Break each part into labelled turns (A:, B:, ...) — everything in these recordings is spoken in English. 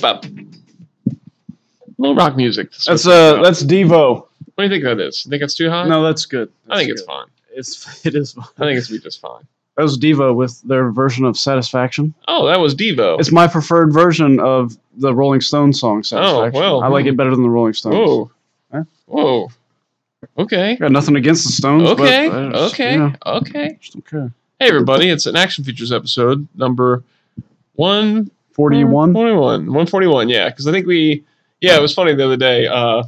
A: bop. Little rock music.
B: That's uh, that's Devo.
A: what do you think that is? You think it's too high?
B: No, that's good.
A: I think
B: That's
A: it's fine.
B: good. it's it is. Fine.
A: I think it's be just fine.
B: that was Devo with their version of Satisfaction.
A: Oh, that was Devo.
B: It's my preferred version of the Rolling Stones song Satisfaction.
A: Oh, well.
B: I like it better than the Rolling Stones.
A: Whoa.
B: Huh?
A: Whoa. Okay.
B: Got nothing against the Stones. but uh,
A: Okay.
B: I just,
A: Okay.
B: you know,
A: Okay.
B: just don't care.
A: Hey, everybody. It's an Action Features episode number one.
B: 41.
A: 41 141 yeah because i think we yeah it was funny the other day uh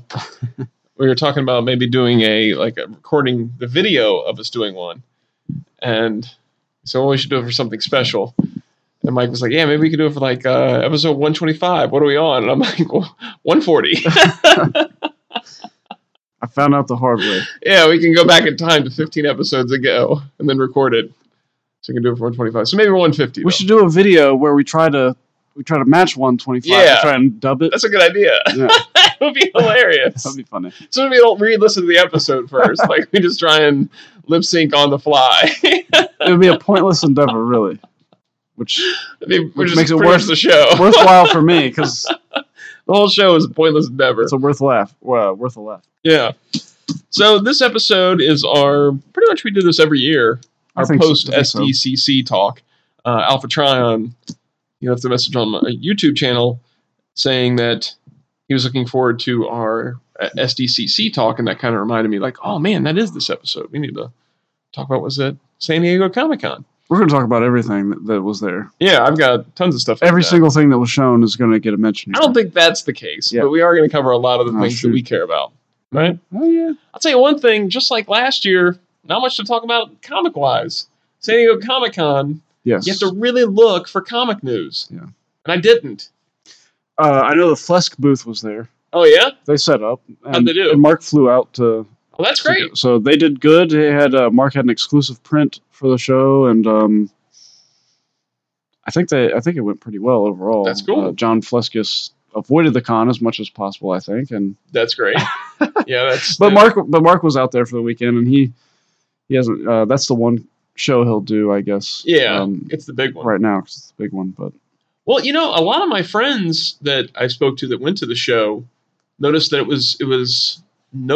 A: we were talking about maybe doing a like a recording the video of us doing one and so well, we should do it for something special and mike was like yeah maybe we could do it for like uh episode 125 what are we on and i'm like well, 140
B: I found out the hard way.
A: yeah we can go back in time to 15 episodes ago and then record it so we can do it for 125 so maybe 150
B: We
A: though.
B: should do a video where we try to we try to match 125
A: Yeah.
B: to try and dub it.
A: that's a good idea
B: Yeah.
A: that would be hilarious
B: That'd be funny.
A: So we don't re-listen to the episode first. like we just try and lip sync on the fly.
B: It would be a pointless endeavor, really, which
A: I mean,
B: Which
A: which makes
B: makes it worth-
A: the show.
B: worthwhile for me because
A: the whole show is a pointless endeavor.
B: it's a worth laugh. Well, worth a laugh.
A: yeah. So this episode is our pretty much we do this every year.
B: I
A: Our
B: think so- I
A: post
B: think so.
A: SDCC talk. Uh, Alpha Tryon, he left a message on my YouTube channel saying that he was looking forward to our uh, SDCC talk, and that kind of reminded me, like, oh man, that is this episode. We need to talk about what's that San Diego Comic Con.
B: We're going to talk about everything that, that was there.
A: Yeah, I've got tons of stuff. like
B: Every
A: that.
B: single thing that was shown is going to get a mention.
A: I
B: Here.
A: don't think that's the case,
B: Yeah.
A: but we are going to cover a lot of the
B: Oh,
A: things
B: shoot.
A: that we care about. Right?
B: Oh yeah.
A: I'll tell you one thing. Just like last year, not much to talk about comic wise. San Diego Comic Con,
B: Yes.
A: you have to really look for comic news.
B: Yeah.
A: and I didn't.
B: uh, I know the Flesk booth was there.
A: Oh yeah,
B: They set up. And,
A: Oh, they do?
B: And Mark flew out to.
A: well that's
B: to
A: great.
B: go- So they did good. They had uh, Mark had an exclusive print for the show, and um, I think they I think it went pretty well overall.
A: That's cool.
B: Uh, John Fleskus avoided the con as much as possible, I think, and
A: That's great. yeah, that's.
B: But Mark, but Mark was out there for the weekend, and he he hasn't. Uh, that's the one show he'll do, I guess.
A: Yeah,
B: um,
A: it's the big one.
B: right now 'cause it's the big one. But
A: Well, you know, a lot of my friends that I spoke to that went to the show noticed that it was it was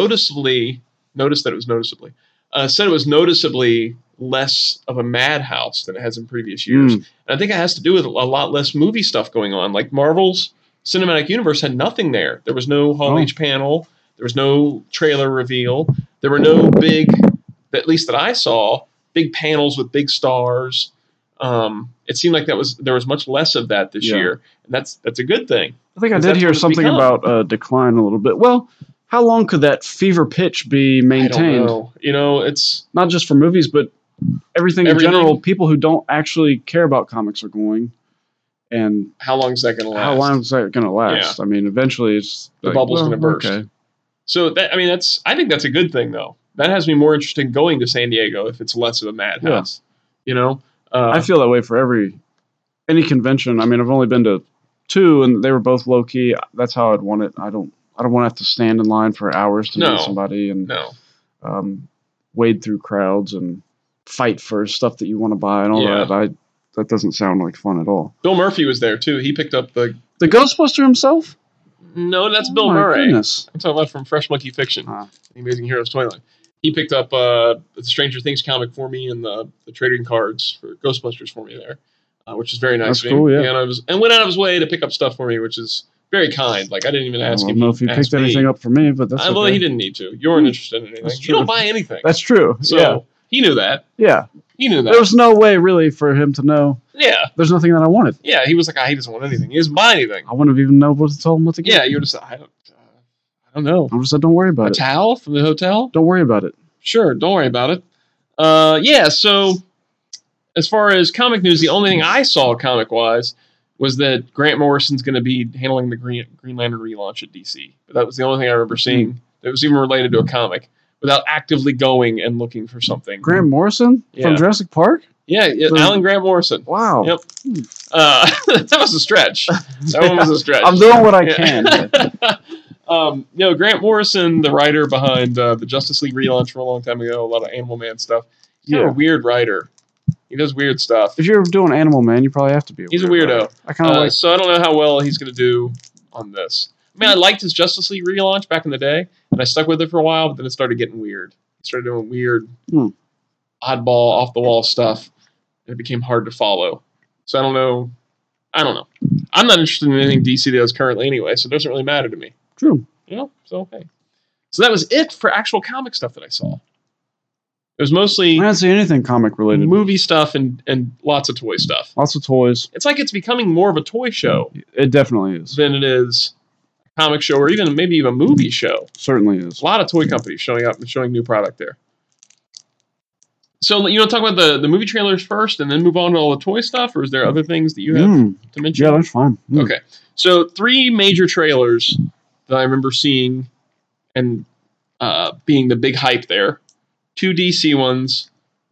A: noticeably noticed that it was noticeably uh, said it was noticeably less of a madhouse than it has in previous years.
B: Mm,
A: And I think it has to do with a lot less movie stuff going on. Like Marvel's cinematic universe had nothing there. There was no Hall
B: Oh.
A: H panel. There was no trailer reveal. There were no big, at least that I saw, big panels with big stars. Um, it seemed like that was there was much less of that this
B: Yeah.
A: year, and that's that's a good thing.
B: I think I
A: 'Cause
B: did
A: that's
B: hear
A: what it's
B: something
A: become.
B: about uh, decline a little bit. Well, how long could that fever pitch be
A: I don't
B: maintained?
A: know. You know, it's
B: Not just for movies, but everything,
A: Everything.
B: in general. People who don't actually care about comics are going, and
A: how long is that going to last?
B: how long is that going to last? I mean, eventually, it's
A: The bubble's gonna burst.
B: okay.
A: So that I mean, that's I think that's a good thing though. That has me more interested in going to San Diego if it's less of a madhouse. You know, uh,
B: I feel that way for every any convention. I mean, I've only been to two, and they were both low key. That's how I'd want it. I don't. I don't want to have to stand in line for hours to
A: No.
B: meet somebody and
A: no.
B: um, wade through crowds and fight for stuff that you want to buy and all
A: Yeah.
B: that. I that doesn't sound like fun at all.
A: Bill Murphy was there too. He picked up the.
B: The Ghostbuster himself.
A: No, that's
B: Oh
A: Bill
B: my
A: Murray.
B: Goodness.
A: I'm talking about from Fresh Monkey Fiction,
B: Ah.
A: The Amazing Heroes toy line. He picked up uh, the Stranger Things comic for me and the, the trading cards for Ghostbusters for me there, uh, which is very nice.
B: That's
A: of him.
B: cool, yeah.
A: And, I was, and went out of his way to pick up stuff for me, which is very kind. Like I didn't even
B: I
A: ask
B: don't
A: him.
B: know if you picked anything up for me, but that's
A: I, well,
B: okay. Hmm.
A: he didn't need to. You weren't interested in anything.
B: That's
A: You don't
B: true.
A: buy anything.
B: That's true.
A: so
B: yeah,
A: he knew that.
B: yeah.
A: He knew that.
B: There was no way really for him to know.
A: yeah,
B: There's nothing that I wanted.
A: yeah. He was like, "Ah, he doesn't want anything. He doesn't buy anything.
B: I wouldn't have even know what to tell him what to get.
A: Yeah, you would have said, I don't, uh, I don't know.
B: I just said, don't worry about
A: A
B: it.
A: towel from the hotel?
B: Don't worry about it.
A: Sure, don't worry about it. Uh, yeah. So, as far as comic news, the only thing I saw comic wise was that Grant Morrison's going to be handling the Green Green Lantern relaunch at DC. But that was the only thing I remember seeing that was even related to a comic without actively going and looking for something.
B: Grant Morrison
A: Mm-hmm. Yeah.
B: from Jurassic Park?
A: yeah, yeah,
B: Hmm.
A: Alan Grant Morrison.
B: Wow.
A: Yep. Uh, that was a stretch. That one was a stretch.
B: I'm doing what I
A: Yeah.
B: can.
A: um, you know, Grant Morrison, the writer behind uh, the Justice League relaunch from a long time ago, a lot of Animal Man stuff. He's kind of
B: yeah.
A: a weird writer. He does weird stuff.
B: If you're doing Animal Man, you probably have to be. A
A: He's a
B: weirdo.
A: weirdo.
B: I kind of
A: Uh,
B: Oh, like.
A: so I don't know how well he's going to do on this. I mean, I liked his Justice League relaunch back in the day, and I stuck with it for a while, but then it started getting weird. It started doing weird,
B: Hmm.
A: oddball, off the wall stuff, and it became hard to follow. So I don't know. I don't know. I'm not interested in anything DC does currently anyway, so it doesn't really matter to me.
B: True.
A: You know? So, hey. So that was it for actual comic stuff that I saw. It was mostly
B: I didn't see anything comic related.
A: movie stuff and, and lots of toy stuff.
B: Lots of toys.
A: It's like it's becoming more of a toy show
B: It definitely is.
A: than it is a comic show or even maybe even a movie show.
B: Certainly is.
A: There's a lot of toy companies showing up and showing new product there. So you want to talk about the, the movie trailers first and then move on to all the toy stuff, or is there other things that you have
B: Mm.
A: to mention?
B: Yeah, that's fine. Mm.
A: Okay. So three major trailers that I remember seeing and uh, being the big hype there. Two DC ones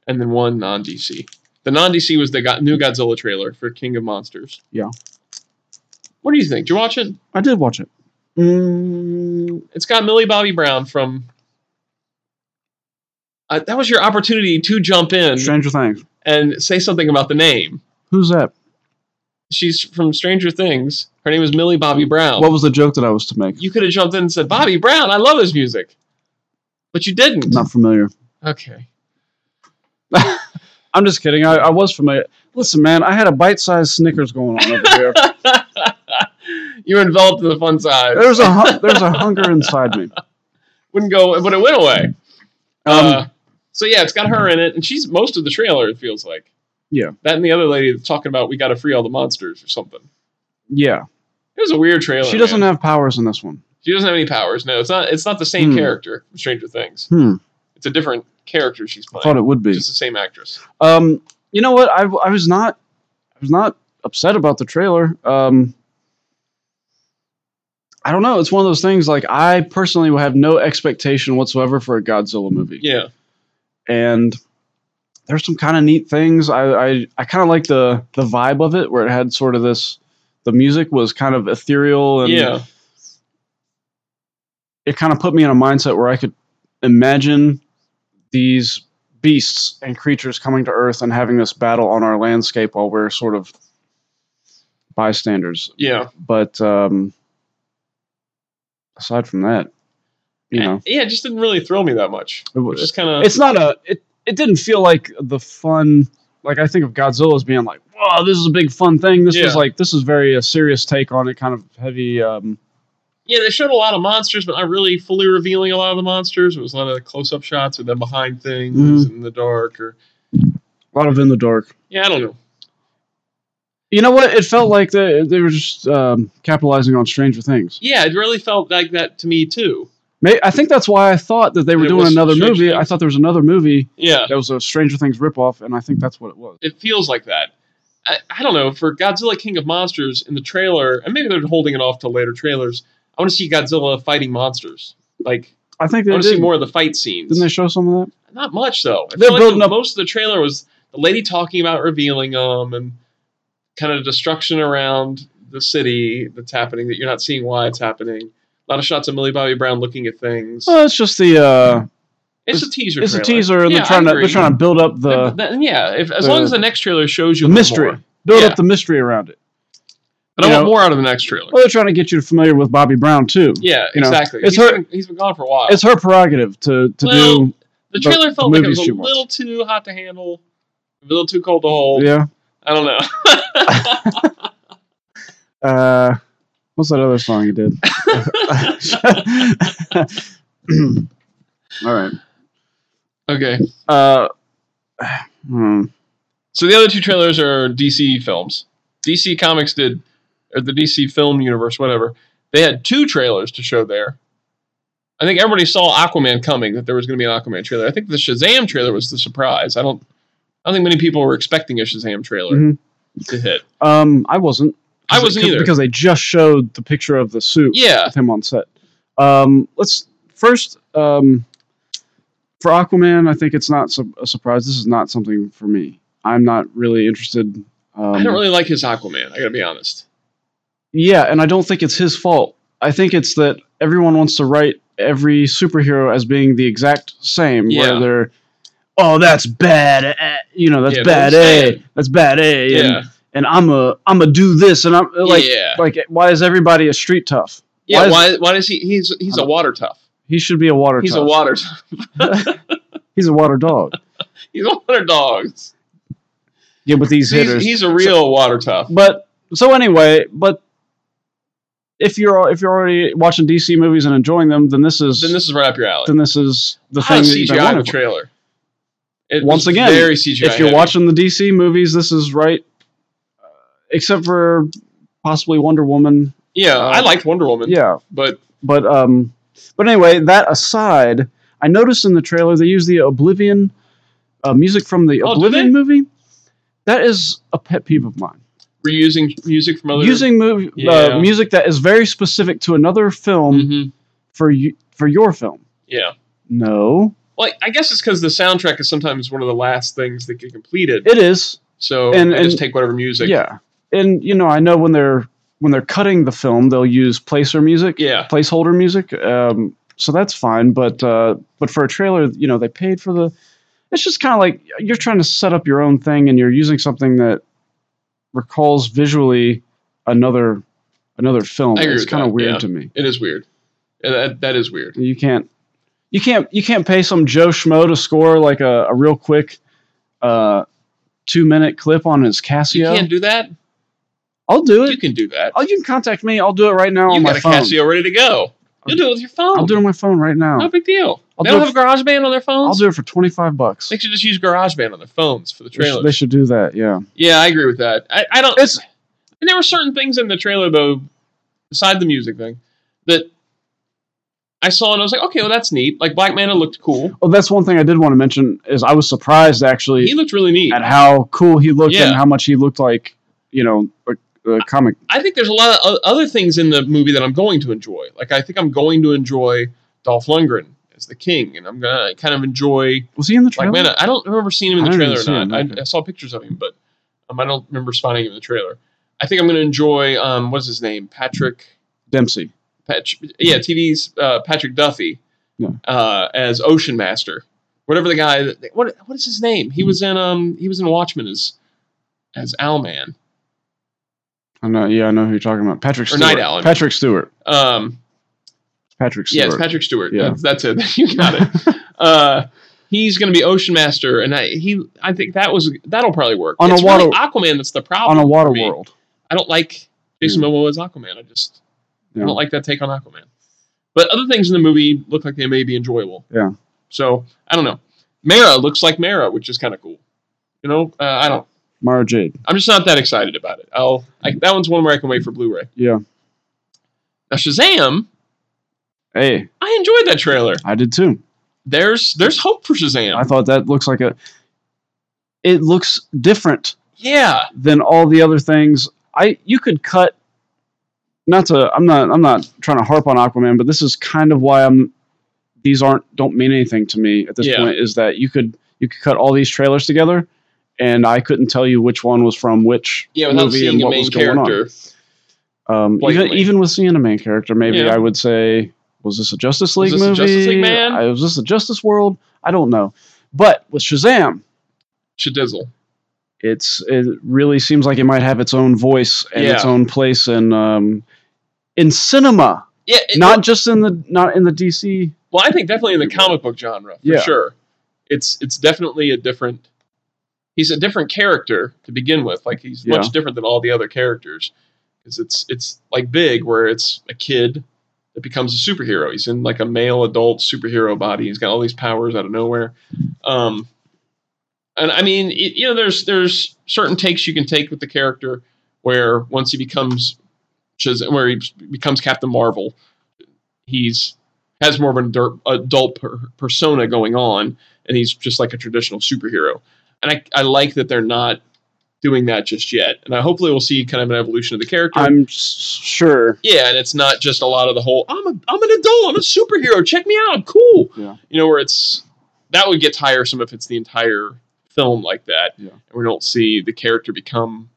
A: and then one non DC. The non DC was the go- new Godzilla trailer for King of Monsters.
B: Yeah.
A: What do you think? Did you watch it?
B: I did watch it.
A: Mm, it's got Millie Bobby Brown from. Uh, that was your opportunity to jump in
B: Stranger Things.
A: and say something about the name.
B: Who's that?
A: She's from Stranger Things. Her name is Millie Bobby Brown.
B: What was the joke that I was to make?
A: Oh. you could have jumped in and said, Bobby Brown, I love his music. But you didn't.
B: Not familiar.
A: Okay.
B: I'm just kidding. I, I was familiar. Listen, man, I had a bite-sized Snickers going on over here.
A: you were involved in the fun side.
B: There's a hu- there's a hunger inside me.
A: Wouldn't go, but it went away.
B: Um,
A: Uh, so yeah, it's got her in it, and she's most of the trailer. It feels like.
B: Yeah.
A: That and the other lady that's talking about we got to free all the monsters or something.
B: yeah,
A: It was a weird trailer.
B: she doesn't
A: man.
B: have powers in this one.
A: She doesn't have any powers. No, it's not. It's not the same
B: Hmm.
A: character from Stranger Things.
B: Hmm.
A: It's a different character she's playing.
B: Thought it would be.
A: Just the same actress.
B: Um, you know what? I, I was not I was not upset about the trailer. Um, I don't know. It's one of those things. Like I personally will have no expectation whatsoever for a Godzilla movie.
A: Yeah.
B: and there's some kind of neat things. I I, I kind of like the the vibe of it, where it had sort of this. The music was kind of ethereal, and
A: yeah.
B: it kind of put me in a mindset where I could imagine these beasts and creatures coming to Earth and having this battle on our landscape while we're sort of bystanders.
A: Yeah.
B: But um, aside from that, you know,
A: Yeah. It just didn't really thrill me that much.
B: it,
A: It's
B: was.
A: just kind of.
B: it's not a it, it didn't feel like the fun like i think of godzilla as being like wow this is a big fun thing this
A: Yeah.
B: was like this is very a serious take on it kind of heavy um
A: Yeah, they showed a lot of monsters, but not really fully revealing a lot of the monsters. It was a lot of close up shots of them behind things
B: Mhm.
A: in the dark. Or
B: a lot of in the dark
A: yeah, I don't know.
B: you know what it felt like they, they were just um, capitalizing on stranger things
A: Yeah, it really felt like that to me too.
B: May, i think that's why i thought that they were
A: It
B: doing
A: was
B: another
A: Stranger
B: movie i
A: Things.
B: thought there was another movie
A: Yeah,
B: that was a stranger things ripoff and i think that's what it was
A: it feels like that. I, I don't know. For Godzilla King of Monsters in the trailer, and maybe they're holding it off till later trailers. I want to see Godzilla fighting monsters. Like
B: i think
A: I
B: they
A: want
B: did
A: to see more of the fight scenes.
B: didn't they show some of that
A: Not much though. I
B: They're
A: feel like
B: building
A: the-
B: up-
A: most of the trailer was the lady talking about revealing them and kind of destruction around the city that's happening that you're not seeing why it's happening. A lot of shots of Millie Bobby Brown looking at things.
B: well it's just the uh
A: it's a teaser.
B: it's a
A: trailer.
B: teaser and
A: Yeah,
B: they're trying
A: I
B: to they're
A: agree.
B: trying to build up the
A: Th- th- yeah, if, as
B: the-
A: long as the next trailer shows you a
B: the
A: little
B: mystery.
A: more.
B: Build
A: Yeah.
B: up the mystery around it.
A: But I
B: You
A: want
B: know?
A: more out of the next trailer.
B: Well, they're trying to get you familiar with Bobby Brown too.
A: yeah,
B: you know,
A: exactly.
B: it's
A: he's
B: her-
A: been, he's been gone for a while.
B: It's her prerogative to to
A: Well,
B: do.
A: the
B: the-
A: trailer
B: the
A: felt like it
B: movies
A: was a
B: she wants.
A: little too hot to handle, a little too cold to hold.
B: Yeah.
A: I don't know.
B: Uh, what's that other song he did? All right.
A: okay.
B: Uh, hmm.
A: So the other two trailers are DC films. DC Comics did, or the DC film universe, whatever. They had two trailers to show there. I think everybody saw Aquaman coming, that there was going to be an Aquaman trailer. I think the Shazam trailer was the surprise. I don't, I don't think many people were expecting a Shazam trailer
B: Mhm.
A: to hit.
B: Um, I wasn't.
A: I wasn't
B: 'Cause-
A: either.
B: because they just showed the picture of the suit
A: Yeah,
B: with him on set. Um, let's first um, for Aquaman. I think it's not su- a surprise. This is not something for me. I'm not really interested. Um,
A: I don't really like his Aquaman. I got to be honest.
B: Yeah, and I don't think it's his fault. I think it's that everyone wants to write every superhero as being the exact same,
A: Yeah.
B: where they're oh, that's bad. eh, You know, that's
A: Yeah,
B: bad.
A: that's
B: A.
A: bad.
B: That's bad. A.
A: Yeah.
B: And, and I'm a I'm a do this. And I'm like
A: yeah.
B: like why is everybody a street tough?
A: Yeah.
B: why
A: Why, why, does he? He's he's a water tough.
B: He should be a water.
A: He's
B: tough.
A: a water tough.
B: He's a water dog.
A: He's water dogs.
B: Yeah, but these
A: He's,
B: hitters.
A: he's a real water tough.
B: but so anyway, but if you're if you're already watching DC movies and enjoying them, then this is
A: Then this is right up your alley.
B: then this is the
A: I
B: thing that you've
A: CGI in
B: been
A: the
B: wanting for.
A: trailer. It
B: Once
A: was
B: again,
A: very CGI.
B: if you're
A: heavy.
B: watching the DC movies, this is right, uh, except for possibly Wonder Woman.
A: yeah, I
B: um,
A: liked Wonder Woman.
B: Yeah,
A: but
B: but um, but anyway, that aside, I noticed in the trailer they use the Oblivion uh, music from the
A: Oh, do
B: Oblivion
A: they?
B: movie. That is a pet peeve of mine.
A: reusing music from other
B: Using mov- uh,
A: Yeah.
B: music that is very specific to another film
A: Mhm.
B: for you for your film.
A: Yeah.
B: No,
A: Well, I guess it's because the soundtrack is sometimes one of the last things that get completed.
B: it is.
A: so
B: and-
A: they
B: and-
A: just take whatever music.
B: yeah, and you know I know when they're when they're cutting the film, they'll use placer music.
A: Yeah.
B: placeholder music. Um, so that's fine, but uh, but for a trailer, you know, they paid for the. It's just kind of like you're trying to set up your own thing, and you're using something that recalls visually another another film.
A: I agree
B: It's
A: with
B: kind of
A: that,
B: weird
A: yeah.
B: to me.
A: It is weird. Yeah, That, that is weird.
B: You can't you can't you can't pay some Joe Schmo to score like a, a real quick uh, two minute clip on his
A: You
B: Casio.
A: can't do that.
B: I'll do
A: You
B: it.
A: can do that.
B: Oh, you can contact me. I'll do it right now
A: you
B: on
A: got
B: my
A: a
B: phone.
A: Casio ready to go. You'll do it with your phone.
B: I'll do it on my phone right now.
A: No big deal.
B: I'll
A: they
B: do
A: don't have
B: it
A: GarageBand on their phones.
B: I'll do it for twenty five bucks.
A: They should just use GarageBand on their phones for the
B: They should-
A: trailer.
B: They should do that. Yeah.
A: Yeah, I agree with that. I, I don't.
B: It's-
A: and there were certain things in the trailer though, beside the music thing, that I saw and I was like, okay, well that's neat. Like Black Manta looked cool.
B: Well, Oh, that's one thing I did want to mention is I was surprised actually
A: He looked really neat.
B: at how cool he looked
A: Yeah.
B: and how much he looked like you know a, a comic.
A: I think there's a lot of o- other things in the movie that I'm going to enjoy. Like I think I'm going to enjoy Dolph Lundgren as the king, and I'm gonna kind of enjoy
B: Was he in the trailer?
A: Black Manta. I don't remember seeing him in
B: I
A: the
B: don't
A: trailer
B: even see
A: or
B: him,
A: not.
B: okay.
A: I, I saw pictures of him, but um, I don't remember spotting him in the trailer. I think I'm gonna enjoy um, what's his name, Patrick.
B: Dempsey.
A: Pat, yeah, TV's uh, Patrick Duffy
B: Yeah.
A: uh, as Ocean Master, whatever the guy. That, what what is his name? He was in um he was in Watchmen as as Owlman.
B: I know. Yeah, I know who you're talking about. Patrick
A: Or
B: Stewart.
A: Night Owl, I mean.
B: Patrick Stewart.
A: Um,
B: Patrick Stewart.
A: yeah, it's Patrick Stewart.
B: Yeah.
A: That's, that's it. you got it. uh, he's going to be Ocean Master, and I he I think that was that'll probably work
B: On a
A: It's really
B: water-
A: Aquaman. That's the problem
B: on a water
A: for me.
B: world.
A: I don't like Jason
B: Yeah.
A: Momoa as Aquaman. I just
B: Yeah.
A: I don't like that take on Aquaman. But other things in the movie look like they may be enjoyable.
B: Yeah.
A: So I don't know. Mara looks like Mara, which is kind of cool. You know, uh, I don't.
B: Mara Jade.
A: I'm just not that excited about it. I'll I, that one's one where I can wait for Blu-ray.
B: Yeah.
A: Now Shazam,
B: Hey,
A: I enjoyed that trailer.
B: I did too.
A: There's there's hope for Shazam.
B: I thought that looks like a. It looks different
A: yeah,
B: than all the other things. I you could cut not to I'm not I'm not trying to harp on Aquaman, but this is kind of why I'm these aren't don't mean anything to me at this
A: Yeah.
B: point is that you could you could cut all these trailers together and I couldn't tell you which one was from which
A: yeah. Without
B: movie and
A: seeing a
B: what
A: main
B: was going
A: character,
B: on. Um, even,
A: blatantly.
B: even with seeing a main character, maybe
A: Yeah.
B: I would say, was this a Justice
A: Was
B: League
A: this a
B: movie?
A: Justice League man?
B: I, was this a Justice World? I don't know. But with Shazam,
A: Shadizzle.
B: it's it really seems like it might have its own voice and its
A: Yeah.
B: own place in um, in cinema,
A: Yeah, it-
B: not just in the not in the DC.
A: Well, I think definitely in the comic book genre for
B: Yeah.
A: sure. It's it's definitely a different. He's a different character to begin with. Like he's
B: Yeah.
A: much different than all the other characters, because it's it's like big where it's a kid that becomes a superhero. He's in like a male adult superhero body. He's got all these powers out of nowhere. Um, and I mean, y- you know, there's there's certain takes you can take with the character where once he becomes Shaz- where he becomes Captain Marvel, he's has more of an adult, adult per, persona going on, and he's just like a traditional superhero. And I, I like that they're not doing that just yet. And I hopefully we'll see kind of an evolution of the character.
B: I'm s- sure.
A: yeah, and it's not just a lot of the whole I'm a I'm an adult, I'm a superhero, check me out, I'm cool.
B: Yeah.
A: You know, where it's that would get tiresome if it's the entire film like that.
B: Yeah.
A: And we don't see the character become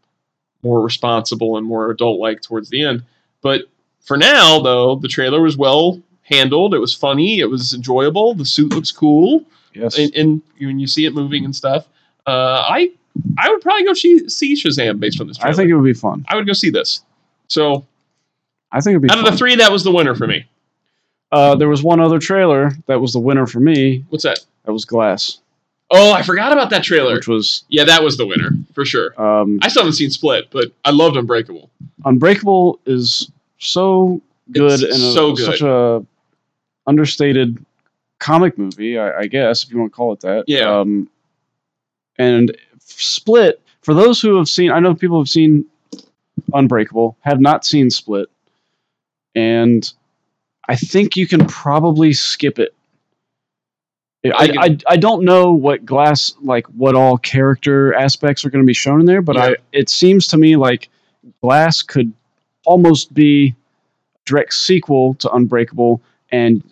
A: more responsible and more adult like towards the end. But for now, though, the trailer was well handled. It was funny. It was enjoyable. The suit looks cool.
B: Yes.
A: and, and when you see it moving and stuff. Uh, I I would probably go see, see Shazam based on this trailer.
B: I think it would be fun.
A: I would go see this. So
B: I think it would be
A: out
B: fun.
A: of the three, that was the winner for me.
B: Uh, there was one other trailer that was the winner for me.
A: What's that?
B: That was Glass,
A: Oh, I forgot about that trailer.
B: which was
A: Yeah, that was the winner for sure.
B: um,
A: I still haven't seen Split, but I loved Unbreakable.
B: Unbreakable is so good
A: It's
B: and a,
A: so good.
B: such a understated comic movie, I, I guess if you want to call it that.
A: Yeah.
B: Um, and Split for those who have seen, I know people have seen Unbreakable, have not seen Split, and I think you can probably skip it. I,
A: can-
B: I, I don't know what glass like what all character aspects are going to be shown in there, but I
A: Yeah.
B: it seems to me like glass could almost be direct sequel to Unbreakable, and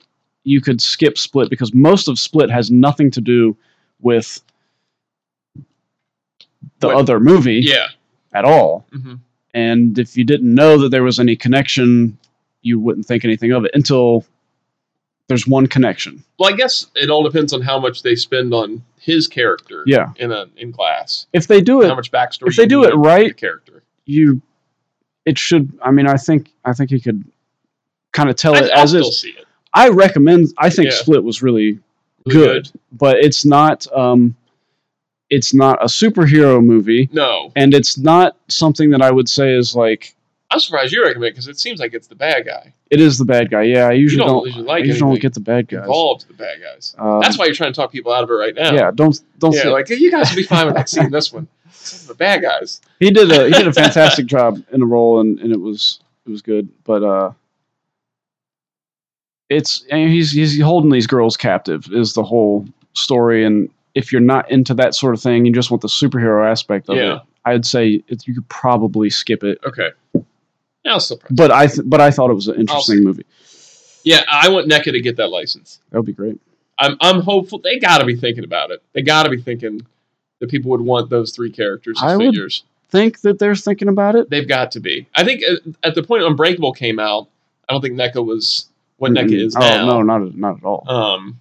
B: you could skip Split because most of Split has nothing to do with the
A: What-
B: other movie
A: Yeah.
B: at all.
A: hmm
B: And if you didn't know that there was any connection, you wouldn't think anything of it until there's one connection.
A: Well, I guess it all depends on how much they spend on his character.
B: Yeah.
A: In a in class,
B: If they do
A: how
B: it,
A: much backstory.
B: if they
A: you
B: do
A: need
B: it
A: for
B: right-
A: the character.
B: you it should. I mean, I think I think you could kind of tell
A: I,
B: it
A: I'll
B: as
A: still
B: is.
A: see it.
B: I recommend. I think
A: Yeah.
B: Split was really
A: Really
B: good, but it's not. Um, it's not a superhero movie,
A: No,
B: and it's not something that I would say is like
A: I'm surprised you recommend because it seems like it's the bad guy
B: it is the bad guy. Yeah, I usually
A: don't
B: don't.
A: usually like
B: I usually
A: anything
B: don't get the bad guys.
A: involved. The bad guys.
B: Um,
A: That's why you're trying to talk people out of it right now.
B: Yeah, don't don't.
A: yeah.
B: say-
A: Like you guys will be fine without seeing this one. This is the bad guys.
B: he did a he did a fantastic job in the role and, and it was it was good but uh it's and he's he's holding these girls captive is the whole story and if you're not into that sort of thing you just want the superhero aspect of
A: Yeah.
B: it i'd say it, you could probably skip it
A: Okay. Yeah, I'll still probably-
B: but i th- but i thought it was an interesting movie
A: yeah, I want NECA to get that license.
B: that would be great
A: I'm I'm hopeful they got to be thinking about it. They got to be thinking that people would want those three characters as
B: I would-
A: figures.
B: think that they're thinking about it
A: They've got to be. I think at, at the point Unbreakable came out, I don't think NECA was what NECA
B: Mm-mm.
A: is
B: oh
A: now.
B: no not not at all
A: Um,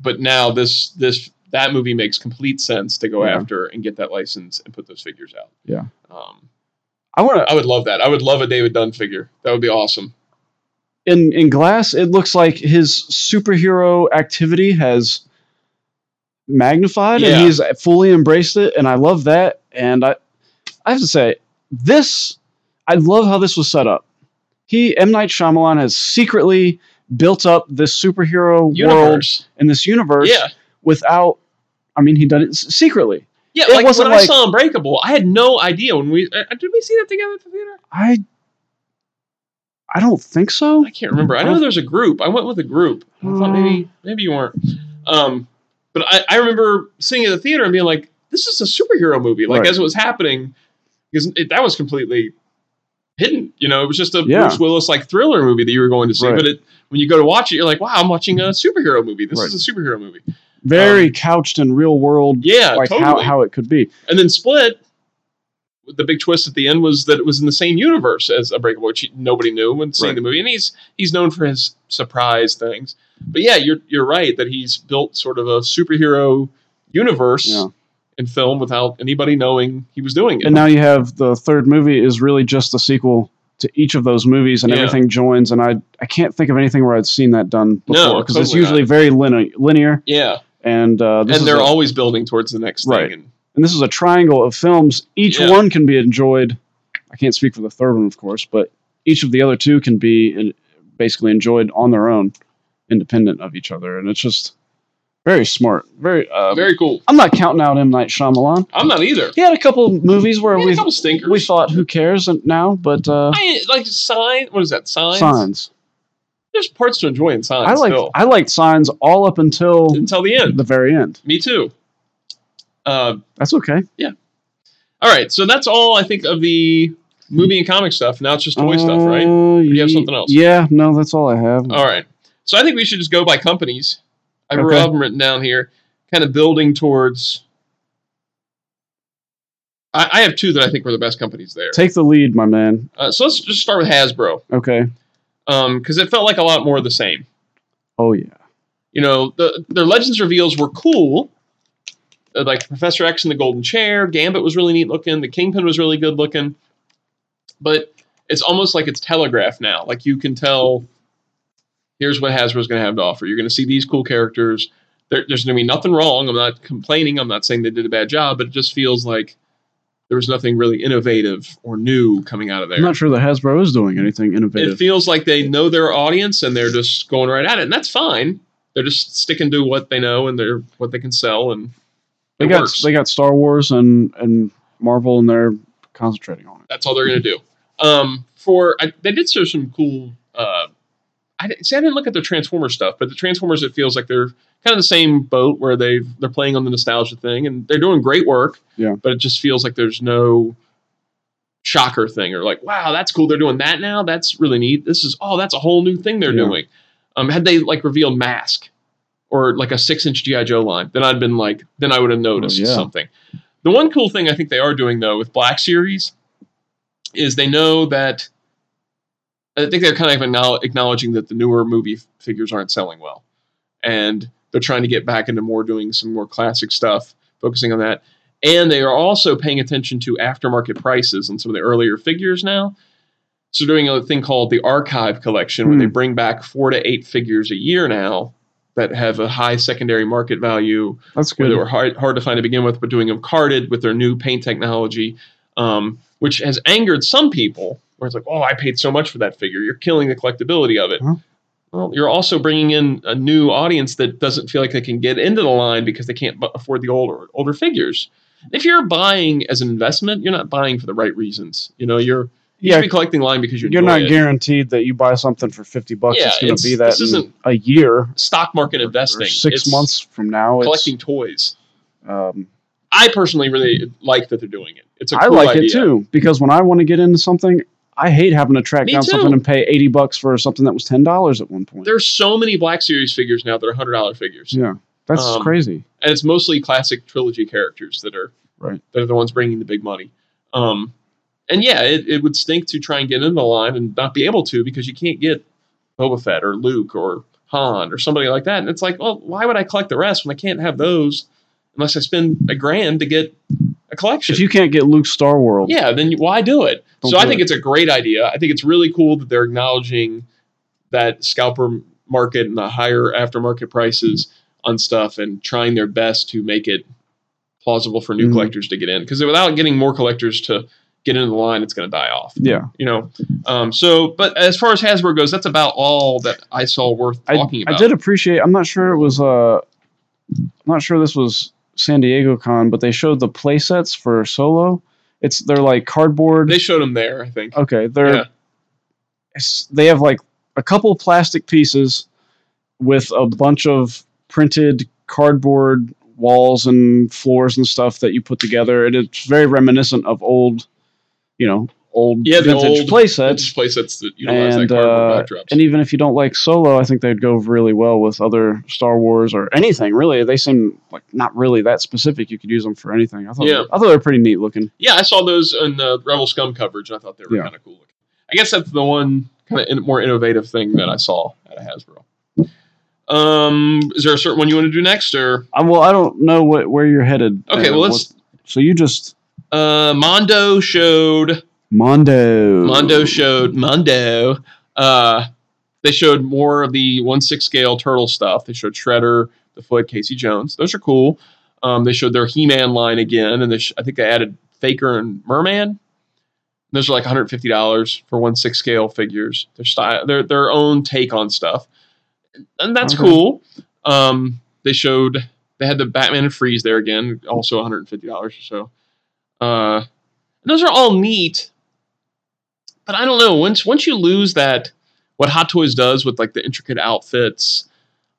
A: but now this this that movie makes complete sense to go
B: Yeah.
A: after and get that license and put those figures out.
B: Yeah.
A: Um,
B: i want to
A: I would love that. I would love a David Dunn figure. That would be awesome.
B: in in glass it looks like his superhero activity has magnified
A: Yeah.
B: and he's fully embraced it and i love that and i i have to say this i love how this was set up he m night Shyamalan has secretly built up this superhero world
A: Universe.
B: and this universe
A: Yeah.
B: without i mean he done it s- secretly
A: Yeah,
B: It
A: like
B: wasn't
A: when I
B: like-
A: saw Unbreakable, I had no idea when we uh, did we see that together at the theater.
B: i i don't think so
A: I can't remember. I know there's a group. I went with a group. I thought maybe maybe you weren't. Um, but I, I remember seeing it at the theater and being like, "This is a superhero movie." Like
B: Right.
A: as it was happening, because it, that was completely hidden. You know, it was just a
B: Yeah.
A: Bruce Willis like thriller movie that you were going to see.
B: Right.
A: But it, when you go to watch it, you're like, "Wow, I'm watching a superhero movie. This
B: Right.
A: is a superhero movie."
B: very couched in real world
A: Yeah,
B: like
A: totally.
B: how, how it could be
A: And then Split, the big twist at the end was that it was in the same universe as Unbreakable, which nobody knew when seeing
B: Right.
A: the movie. And he's he's known for his surprise things. But yeah, you're you're right that he's built sort of a superhero universe
B: Yeah.
A: in film without anybody knowing he was doing it.
B: and now you have the third movie is really just the sequel to each of those movies and
A: Yeah.
B: everything joins and I I can't think of anything where I'd seen that done
A: No,
B: before because it's
A: totally
B: usually very linear, linear
A: yeah,
B: and uh, this
A: and
B: is
A: they're
B: a,
A: always building towards the next
B: Right.
A: thing. And
B: and this is a triangle of films each
A: Yeah.
B: one can be enjoyed I can't speak for the third one of course but each of the other two can be in, basically enjoyed on their own independent of each other and it's just very smart very uh,
A: very cool.
B: I'm not counting out M Night Shyamalan
A: I'm not either.
B: he had a couple movies where
A: We had a
B: we
A: couple stinkers.
B: we thought who cares and now but uh,
A: I like sign. What is that? Signs.
B: signs.
A: There's parts to enjoy in signs.
B: I liked
A: still,
B: I liked signs all up until
A: until the end.
B: the very end.
A: Me too. Uh,
B: That's okay.
A: All right, so that's all I think of the movie and comic stuff. Now it's just toy stuff, right?
B: Uh,
A: you have
B: ye-
A: something else?
B: Yeah, no, that's all I have.
A: All right. So I think we should just go by companies. I have
B: Okay.
A: them written down here, kind of building towards. I, I have two that I think were the best companies there.
B: Take the lead, my man.
A: Uh, so let's just start with Hasbro, um,
B: Okay.
A: because it felt like a lot more of the same.
B: Oh yeah.
A: You you know, the, their Legends reveals were cool. Uh, Like Professor X in the Golden Chair, Gambit was really neat looking, the Kingpin was really good looking. But it's almost like it's telegraphed now. Like you can tell, here's what Hasbro's going to have to offer. You're going to see these cool characters. There, there's going to be nothing wrong. I'm not complaining. I'm not saying they did a bad job, but it just feels like there was nothing really innovative or new coming out of there
B: I'm not sure that Hasbro is doing anything
A: it
B: innovative.
A: feels like they know their audience and they're just going right at it, and that's fine. They're just sticking to what they know and they're what they can sell, and
B: they
A: it
B: got
A: works.
B: they got Star Wars and and Marvel, and they're concentrating on it.
A: that's all they're gonna do. Um, for I, they did show some cool. Uh, I didn't- see. I didn't look at the Transformer stuff, but the Transformers, it feels like they're kind of the same boat where they they're playing on the nostalgia thing, and they're doing great work.
B: Yeah.
A: But it just feels like there's no shocker thing or like, wow, that's cool. They're doing that now. That's really neat. This is oh, that's a whole new thing they're
B: Yeah.
A: doing. Um, had they like revealed Mask or like a six inch GI Joe line, then I'd been like, then I would have noticed
B: yeah.
A: something. The one cool thing I think they are doing though with Black Series is they know that I think they're kind of acknowl- acknowledging that the newer movie f- figures aren't selling well, and they're trying to get back into more doing some more classic stuff, focusing on that. And they are also paying attention to aftermarket prices on some of the earlier figures now. So they're doing a thing called the archive collection, where
B: Hmm.
A: they bring back four to eight figures a year now that have a high secondary market value
B: That's
A: where
B: good.
A: they were hard, hard to find to begin with, but doing them carded with their new paint technology, um, which has angered some people. Where it's like, oh, I paid so much for that figure. You're killing the collectability of it.
B: Huh.
A: Well, you're also bringing in a new audience that doesn't feel like they can get into the line because they can't bu- afford the older older figures. If you're buying as an investment, you're not buying for the right reasons. You know, you're you
B: yeah,
A: should be collecting line because you
B: you're
A: enjoy
B: not
A: it.
B: guaranteed that you buy something for fifty bucks.
A: Yeah,
B: it's going
A: it's-
B: to be that
A: this isn't
B: in a year,
A: stock market investing.
B: or six
A: It's
B: months from now.
A: collecting toys.
B: It's, um,
A: I personally really like that they're doing it. It's a
B: I
A: cool
B: like
A: idea.
B: it too because when I want to get into something, I hate having to track
A: Me
B: down
A: too.
B: something and pay eighty bucks for something that was ten dollars at one point.
A: there's so many Black Series figures now that are hundred dollar figures,
B: yeah, that's
A: Um,
B: crazy.
A: and it's mostly classic trilogy characters that are
B: Right.
A: that are the ones bringing the big money. Um, and yeah, it, it would stink to try and get in the line and not be able to because you can't get Boba Fett or Luke or Han or somebody like that. And it's like, well, why would I collect the rest when I can't have those unless I spend a grand to get a collection?
B: If you can't get Luke Star World,
A: Yeah, then you- why do it?
B: Don't
A: so I
B: do
A: think
B: it.
A: it's a great idea. I think it's really cool that they're acknowledging that scalper market and the higher aftermarket prices on stuff and trying their best to make it plausible for new
B: Mhm.
A: collectors to get in. Because without getting more collectors to get into the line, it's going to die off.
B: yeah.
A: You know. Um, so, but as far as Hasbro goes, that's about all that I saw worth
B: I,
A: talking about.
B: I did appreciate. I'm not sure it was. Uh, I'm not sure this was San Diego Con, but they showed the play sets for Solo. It's they're like cardboard.
A: They showed them there, I think.
B: okay, they're
A: Yeah.
B: it's, they have like a couple plastic pieces with a bunch of printed cardboard walls and floors and stuff that you put together, and it's very reminiscent of old, you know, old
A: Yeah, the
B: vintage
A: old
B: play
A: That's
B: sets.
A: just place that's that utilize
B: and, uh,
A: that cardboard backdrops.
B: And even if you don't like Solo, I think they'd go really well with other Star Wars or anything really. They seem like not really that specific. You could use them for anything. I thought
A: Yeah.
B: I thought they were pretty neat looking.
A: Yeah, I saw those in the Rebel Scum coverage, and I thought they were
B: Yeah.
A: kind of cool looking. I guess that's the one kind of in, more innovative thing that I saw at Hasbro. Um, is there a certain one you want to do next, or
B: I, well, I don't know what where you're headed.
A: Okay,
B: uh,
A: well, let's-
B: what- so you just
A: uh, Mondo showed
B: Mondo.
A: Mondo showed Mondo. Uh, they showed more of the one six scale turtle stuff. They showed Shredder, the Floyd Casey Jones. Those are cool. Um, they showed their He Man line again, and they sh- I think they added Faker and Merman. Those are like one hundred fifty dollars for one six scale figures. Their style, their their own take on stuff, and that's
B: Okay.
A: cool. Um, they showed they had the Batman and Freeze there again, also one hundred fifty dollars or so. Uh, and those are all neat, but I don't know. Once once you lose that, what Hot Toys does with like the intricate outfits,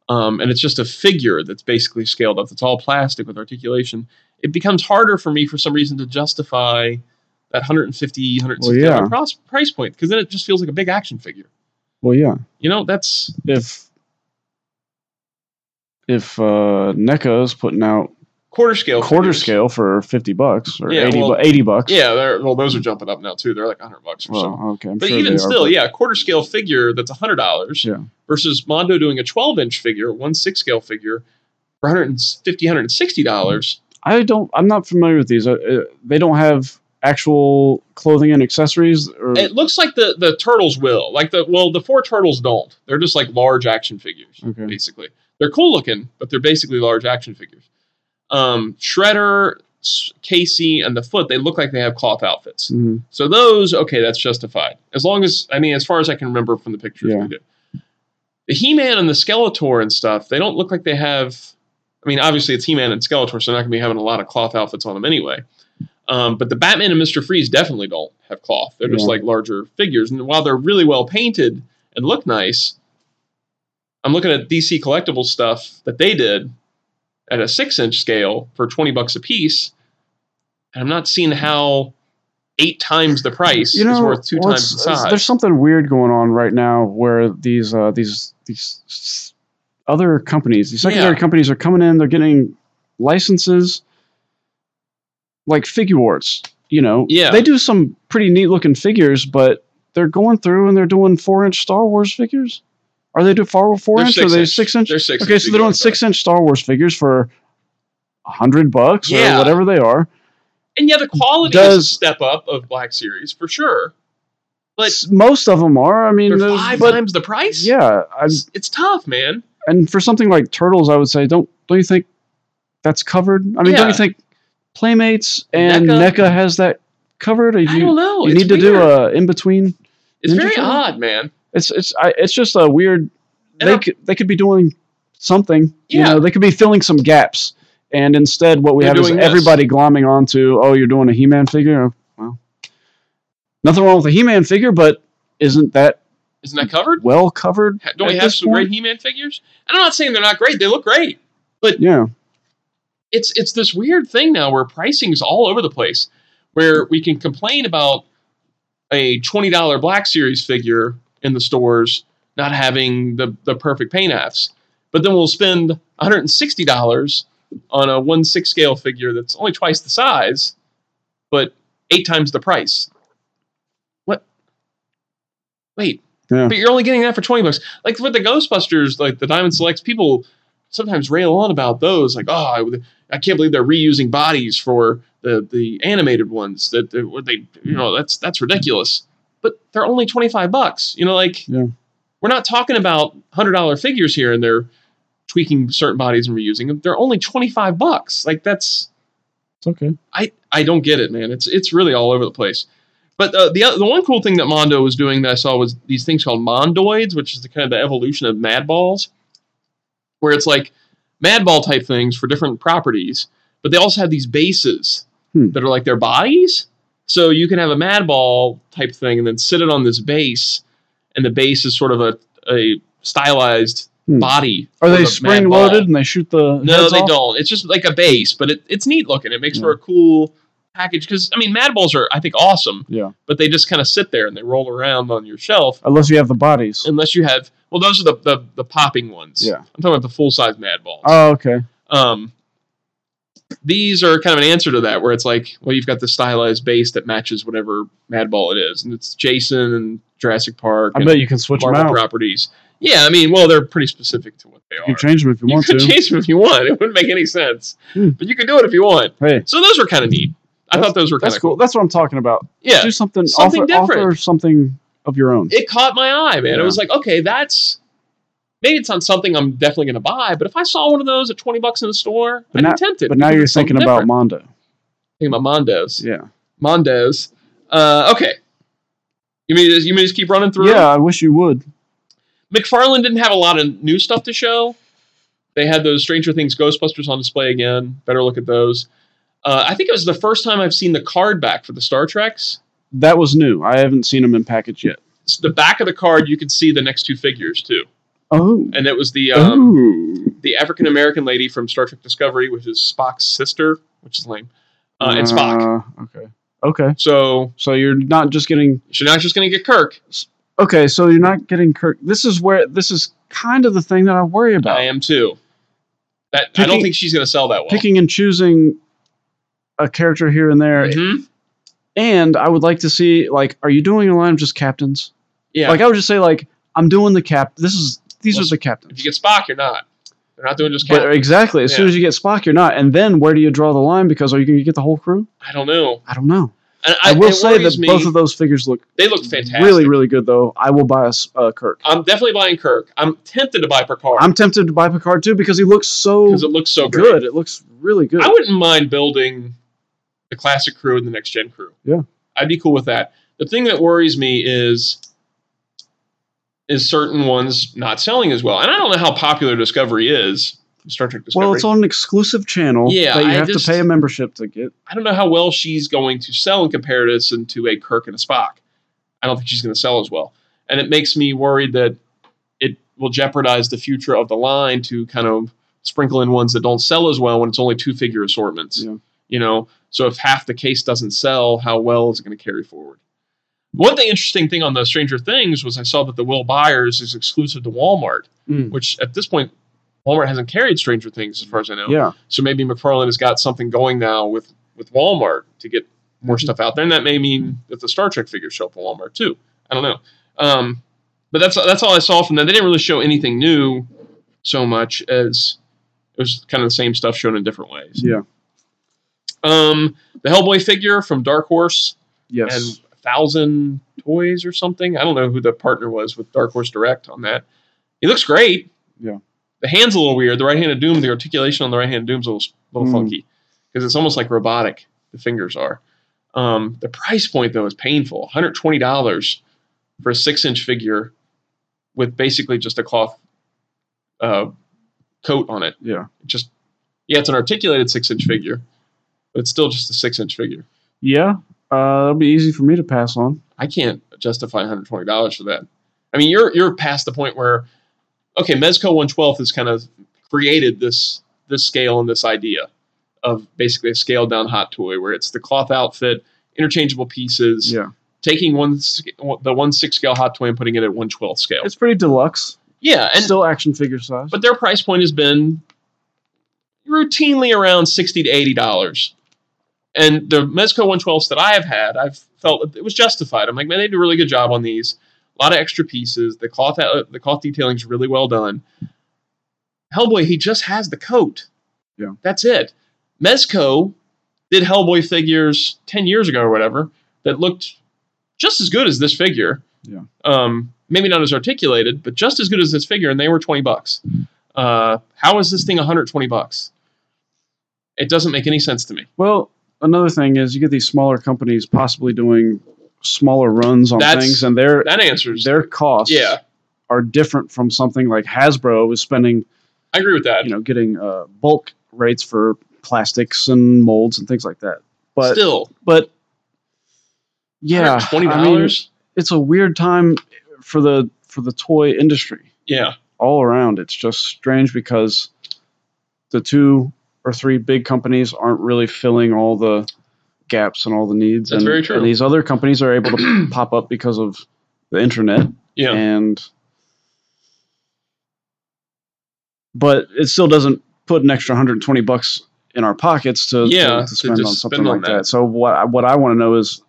A: um, and it's just a figure that's basically scaled up. It's all plastic with articulation. It becomes harder for me for some reason to justify that 150 160
B: Well, yeah.
A: price, price point because then it just feels like a big action figure.
B: Well, yeah.
A: You know, that's
B: If if uh, NECA E is putting out
A: quarter scale.
B: quarter
A: figures.
B: scale for 50 bucks or
A: Yeah,
B: 80,
A: well-
B: bu- 80 bucks.
A: Yeah, they're, well, those are jumping up now too. They're like hundred bucks or something.
B: Well, okay. I'm
A: But
B: sure
A: even
B: they are,
A: still,
B: but-
A: yeah, a quarter scale figure that's hundred dollars
B: Yeah.
A: versus Mondo doing a twelve inch figure, one six scale figure for 150 dollars.
B: I don't, I'm not familiar with these. Uh, uh, they don't have actual clothing and accessories or,
A: It looks like the the turtles will, like the well, the four turtles don't. They're just like large action figures,
B: Okay.
A: basically. They're cool looking, but they're basically large action figures. Um, Shredder, S- Casey, and the Foot, they look like they have cloth outfits.
B: Mhm.
A: So those, okay, that's justified. As long as I mean, as far as I can remember from the pictures
B: Yeah.
A: we did. The He-Man and the Skeletor and stuff, they don't look like they have I mean, obviously it's He-Man and Skeletor, so they're not gonna be having a lot of cloth outfits on them anyway. Um, but the Batman and Mr. Freeze definitely don't have cloth. They're just
B: Yeah.
A: like larger figures. And while they're really well painted and look nice, I'm looking at DC collectible stuff that they did at a six inch scale for 20 bucks a piece. And I'm not seeing how eight times the price
B: you know,
A: is worth two
B: well,
A: times the
B: it's- uh, it's-
A: size.
B: there's something weird going on right now where these, uh, these, these s- other companies, these secondary
A: Yeah.
B: companies are coming in, they're getting licenses like figure arts, you know,
A: Yeah.
B: they do some pretty neat looking figures, but they're going through and they're doing four inch Star Wars figures. Are they doing four, four
A: They're
B: inch? Are they six inch?
A: They're six
B: Okay, so they're doing six inch Star Wars figures for a hundred bucks
A: Yeah.
B: or whatever they are.
A: And yeah, the quality is a
B: Does-
A: step up of Black Series for sure. But
B: S- most of them are. I mean,
A: they're
B: there's-
A: five
B: but
A: times the price?
B: yeah, I'm,
A: It's, it's tough, man.
B: and for something like Turtles, I would say don't don't you think that's covered? I mean,
A: Yeah.
B: don't you think Playmates and
A: NECA?
B: NECA, has that covered? Or
A: I don't
B: you,
A: know.
B: you
A: It's
B: need to do
A: weird.
B: a in between?
A: It's
B: Ninja
A: very
B: Turtle?
A: odd, man.
B: It's it's I, it's just a weird.
A: And
B: they
A: I'm-
B: could they could be doing something. You
A: Yeah.
B: know, they could be filling some gaps. And instead, what we
A: They're
B: have is
A: doing this.
B: everybody glomming onto, oh, you're doing a He-Man figure. Oh, Well, nothing wrong with a He-Man figure, but isn't that
A: Isn't that covered?
B: well covered?
A: Ha- Don't we
B: at
A: have
B: this
A: some great
B: point?
A: He-Man figures? And I'm not saying they're not great; they look great.
B: Yeah,
A: It's it's this weird thing now where pricing's all over the place, where we can complain about a twenty dollar Black Series figure in the stores not having the the perfect paint apps, but then we'll spend one hundred and sixty dollars on a one six scale figure that's only twice the size, but eight times the price. What? Wait.
B: Yeah.
A: But you're only getting that for twenty bucks. Like with the Ghostbusters, like the Diamond Selects, people sometimes rail on about those. Like, oh, I, would- I can't believe they're reusing bodies for the the animated ones. That that- what they, you know, that's that's ridiculous. But they're only twenty five bucks. You know, like
B: Yeah.
A: we're not talking about hundred dollar figures here, and they're tweaking certain bodies and reusing them. They're only twenty five bucks. Like that's
B: it's okay.
A: I I don't get it, man. It's it's really all over the place. But uh, the the one cool thing that Mondo was doing that I saw was these things called Mondoids, which is the kind of the evolution of Madballs, where it's like Madball type things for different properties, but they also have these bases
B: Hmm.
A: that are like their bodies. So you can have a Madball type thing and then sit it on this base, and the base is sort of a a stylized
B: Hmm.
A: body.
B: Are
A: for
B: they
A: the
B: spring
A: Madball.
B: loaded and they shoot the?
A: No,
B: heads
A: they
B: off?
A: don't. It's just like a base, but it, it's neat looking. It makes for
B: Yeah.
A: a cool package because I mean, Madballs are I think awesome,
B: Yeah,
A: but they just kind of sit there and they roll around on your shelf
B: unless you have the bodies.
A: unless you have. Well, those are the the, the popping ones.
B: Yeah.
A: I'm talking about the full size Madballs.
B: Oh, okay.
A: um, these are kind of an answer to that, where it's like, well, you've got the stylized base that matches whatever Madball it is, and it's Jason and Jurassic Park
B: I
A: and
B: bet you can switch them
A: Marvel
B: out.
A: properties. Yeah, I mean, well, they're pretty specific to what they
B: You
A: are.
B: can change them if you,
A: You
B: want to.
A: could chase them if you want. It wouldn't make any sense.
B: Hmm.
A: But you could do it if you want.
B: hey,
A: So those were kind of neat. I
B: That's-
A: thought those were kind
B: that's
A: of cool.
B: cool. That's what I'm talking about.
A: Yeah.
B: Do something.
A: Something
B: offer,
A: different.
B: offer something of your own.
A: It caught my eye, man. It
B: Yeah.
A: was like, okay, that's maybe it's on something I'm definitely going to buy. But if I saw one of those at 20 bucks in the store,
B: But
A: I'd
B: now-
A: be tempted.
B: but now
A: because
B: you're
A: it's something
B: thinking about
A: different.
B: Mondo.
A: thinking about Mondos.
B: Yeah.
A: Mondos. Uh, okay. You mean you mean just keep running through?
B: Yeah, I wish you would.
A: McFarlane didn't have a lot of new stuff to show. They had those Stranger Things Ghostbusters on display again. Better look at those. Uh, I think it was the first time I've seen the card back for the Star Treks.
B: That was new. I haven't seen them in package yet.
A: s- the back of the card you could see the next two figures too
B: Oh.
A: and it was the um,
B: Ooh.
A: the african american lady from star trek discovery which is spock's sister which is lame uh, and spock
B: Oh. Uh, okay. Okay.
A: so
B: So you're not just getting.
A: she's not just going to get kirk
B: Okay, so you're not getting Kirk. This is where this is kind of the thing that I worry about.
A: i am too That I
B: Picking-
A: don't think she's going to sell that well.
B: Picking and choosing a character here and there.
A: Mhm.
B: And I would like to see like, are you doing a line of just captains?
A: Yeah,
B: Like I would just say like, I'm doing the cap. This is these
A: Well,
B: are the captains.
A: if you get Spock, you're not. They're not doing just.
B: But
A: Captain.
B: exactly, as soon
A: Yeah.
B: as you get Spock, you're not. And then where do you draw the line? Because are you going to get the whole crew?
A: I don't know.
B: I don't know.
A: And
B: I, will
A: it
B: say that
A: worries me.
B: both of those figures look
A: they look fantastic.
B: really, really good, though. I will buy a s- uh, Kirk.
A: I'm definitely buying Kirk. I'm tempted to buy Picard
B: I'm tempted to buy Picard too because he looks so
A: because it looks so
B: good.
A: great.
B: It looks really good.
A: I wouldn't mind building the classic crew and the next gen crew.
B: Yeah.
A: I'd be cool with that. The thing that worries me is is certain ones not selling as well. And I don't know how popular Discovery is. Star Trek Discovery.
B: well, it's on an exclusive channel
A: Yeah,
B: that you
A: I
B: have
A: just-
B: to pay a membership to get.
A: I don't know how well she's going to sell in comparison to a Kirk and a Spock. I don't think she's going to sell as well. And it makes me worried that it will jeopardize the future of the line to kind of sprinkle in ones that don't sell as well when it's only two figure assortments.
B: Yeah.
A: You know, so if half the case doesn't sell, how well is it going to carry forward? One thing interesting thing on the Stranger Things was I saw that the Will Buyers is exclusive to Walmart,
B: Mm.
A: which at this point Walmart hasn't carried Stranger Things as far as I know.
B: Yeah,
A: So maybe McFarlane has got something going now with with Walmart to get more stuff out there, and that may mean that the Star Trek figures show up at Walmart too. I don't know, um, but that's that's all I saw from them. They didn't really show anything new so much as it was kind of the same stuff shown in different ways.
B: yeah,
A: Um, the Hellboy figure from Dark Horse
B: yes.
A: and a thousand toys or something. I don't know who the partner was with Dark Horse Direct on that. He looks great.
B: Yeah.
A: The hand's a little weird. The right hand of Doom, the articulation on the right hand of Doom's a little, little
B: Mm.
A: funky because it's almost like robotic. The fingers are. Um, the price point though is painful. One hundred twenty dollars for a six inch figure with basically just a cloth uh, coat on it.
B: yeah,
A: It Just yeah, it's an articulated six inch figure, but it's still just a six inch figure.
B: yeah. Uh, it'll be easy for me to pass on.
A: I can't justify $120 for that. I mean, you're you're past the point where okay, Mezco 112 has kind of created this this scale and this idea of basically a scaled down hot toy where it's the cloth outfit, interchangeable pieces,
B: Yeah,
A: taking one sc- the one six scale hot toy and putting it at one twelve scale.
B: it's pretty deluxe.
A: yeah, and
B: Still action figure size.
A: but their price point has been routinely around sixty to eighty dollars. And the Mezco 112s that I have had, I've felt that it was justified. I'm like, man, they did a really good job on these. A lot of extra pieces. The cloth, uh, the cloth detailing's really well done. Hellboy, he just has the coat.
B: Yeah.
A: that's it. Mezco did Hellboy figures ten years ago or whatever that looked just as good as this figure.
B: Yeah.
A: Um, maybe not as articulated, but just as good as this figure, and they were twenty bucks. Uh, how is this thing one hundred twenty bucks? It doesn't make any sense to me.
B: Well, another thing is you get these smaller companies possibly doing smaller runs on
A: That's-
B: things, and their
A: That answers.
B: their costs
A: Yeah,
B: are different from something like Hasbro is spending,
A: I agree with that.
B: you know, getting uh, bulk rates for plastics and molds and things like that. But
A: Still,
B: but yeah,
A: twenty
B: I mean,
A: dollars.
B: it's a weird time for the for the toy industry
A: Yeah,
B: all around. It's just strange because the two or three big companies aren't really filling all the gaps and all the needs.
A: That's
B: and,
A: very true.
B: And these other companies are able to pop up because of the internet
A: yeah.
B: and but it still doesn't put an extra 120 bucks in our pockets to, to-
A: Yeah,
B: to,
A: to
B: spend
A: just
B: on something
A: spend on
B: like that.
A: that.
B: So what I, what I want to know is,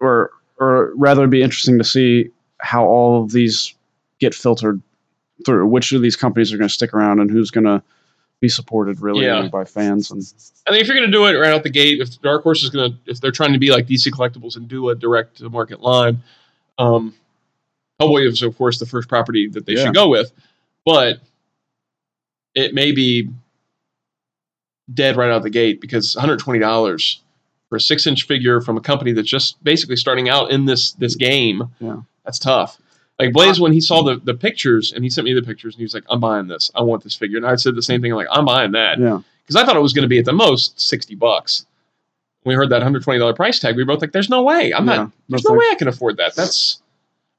B: or or rather, it'd be interesting to see how all of these get filtered through. Which of these companies are going to stick around, and who's going to be supported really
A: Yeah.
B: only by fans? And
A: I think if you're going to do it right out the gate, if Dark Horse is going to, if they're trying to be like DC Collectibles and do a direct to market line, um, Hellboy is of course the first property that they
B: Yeah.
A: should go with, but it may be dead right out the gate because 120 dollars for a six inch figure from a company that's just basically starting out in this this game,
B: Yeah.
A: that's tough. Like Blaze, when he saw the, the pictures and he sent me the pictures and he was like, "I'm buying this. I want this figure." And I said the same thing. I'm like, "I'm buying that."
B: yeah,
A: because I thought it was going to be at the most sixty bucks. When we heard that hundred twenty dollar price tag, we both like, "There's no way. I'm
B: yeah,
A: not. There's no way I can afford that. That's.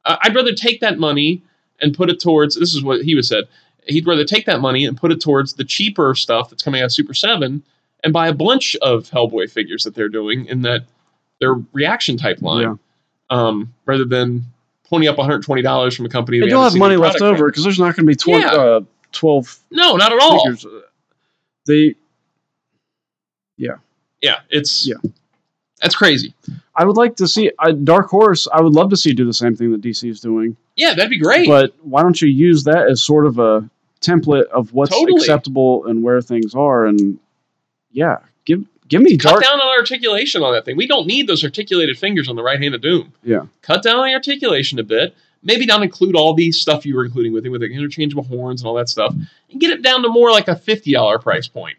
A: I I'd rather take that money and put it towards. This is what he was said. He'd rather take that money and put it towards the cheaper stuff that's coming out of Super Seven and buy a bunch of Hellboy figures that they're doing in that their reaction type line,
B: Yeah.
A: um, rather than pony up one hundred twenty dollars from a company.
B: And
A: we
B: you'll
A: haven't
B: have
A: seen
B: money
A: any
B: left
A: product
B: over because there's not going to be 20,
A: Yeah.
B: uh, 12
A: from. No, not at all.
B: uh, figures they
A: Yeah, it's
B: Yeah.
A: that's crazy.
B: I would like to see uh, Dark Horse. I would love to see do the same thing that DC is doing.
A: Yeah, that'd be great.
B: But why don't you use that as sort of a template of what's
A: Totally.
B: acceptable and where things are? And yeah, give give me
A: Cut
B: Dark.
A: down on articulation on that thing. We don't need those articulated fingers on the right hand of Doom.
B: Yeah.
A: Cut down on the articulation a bit. Maybe not include all the stuff you were including with it, with the interchangeable horns and all that stuff, and get it down to more like a fifty dollar price point.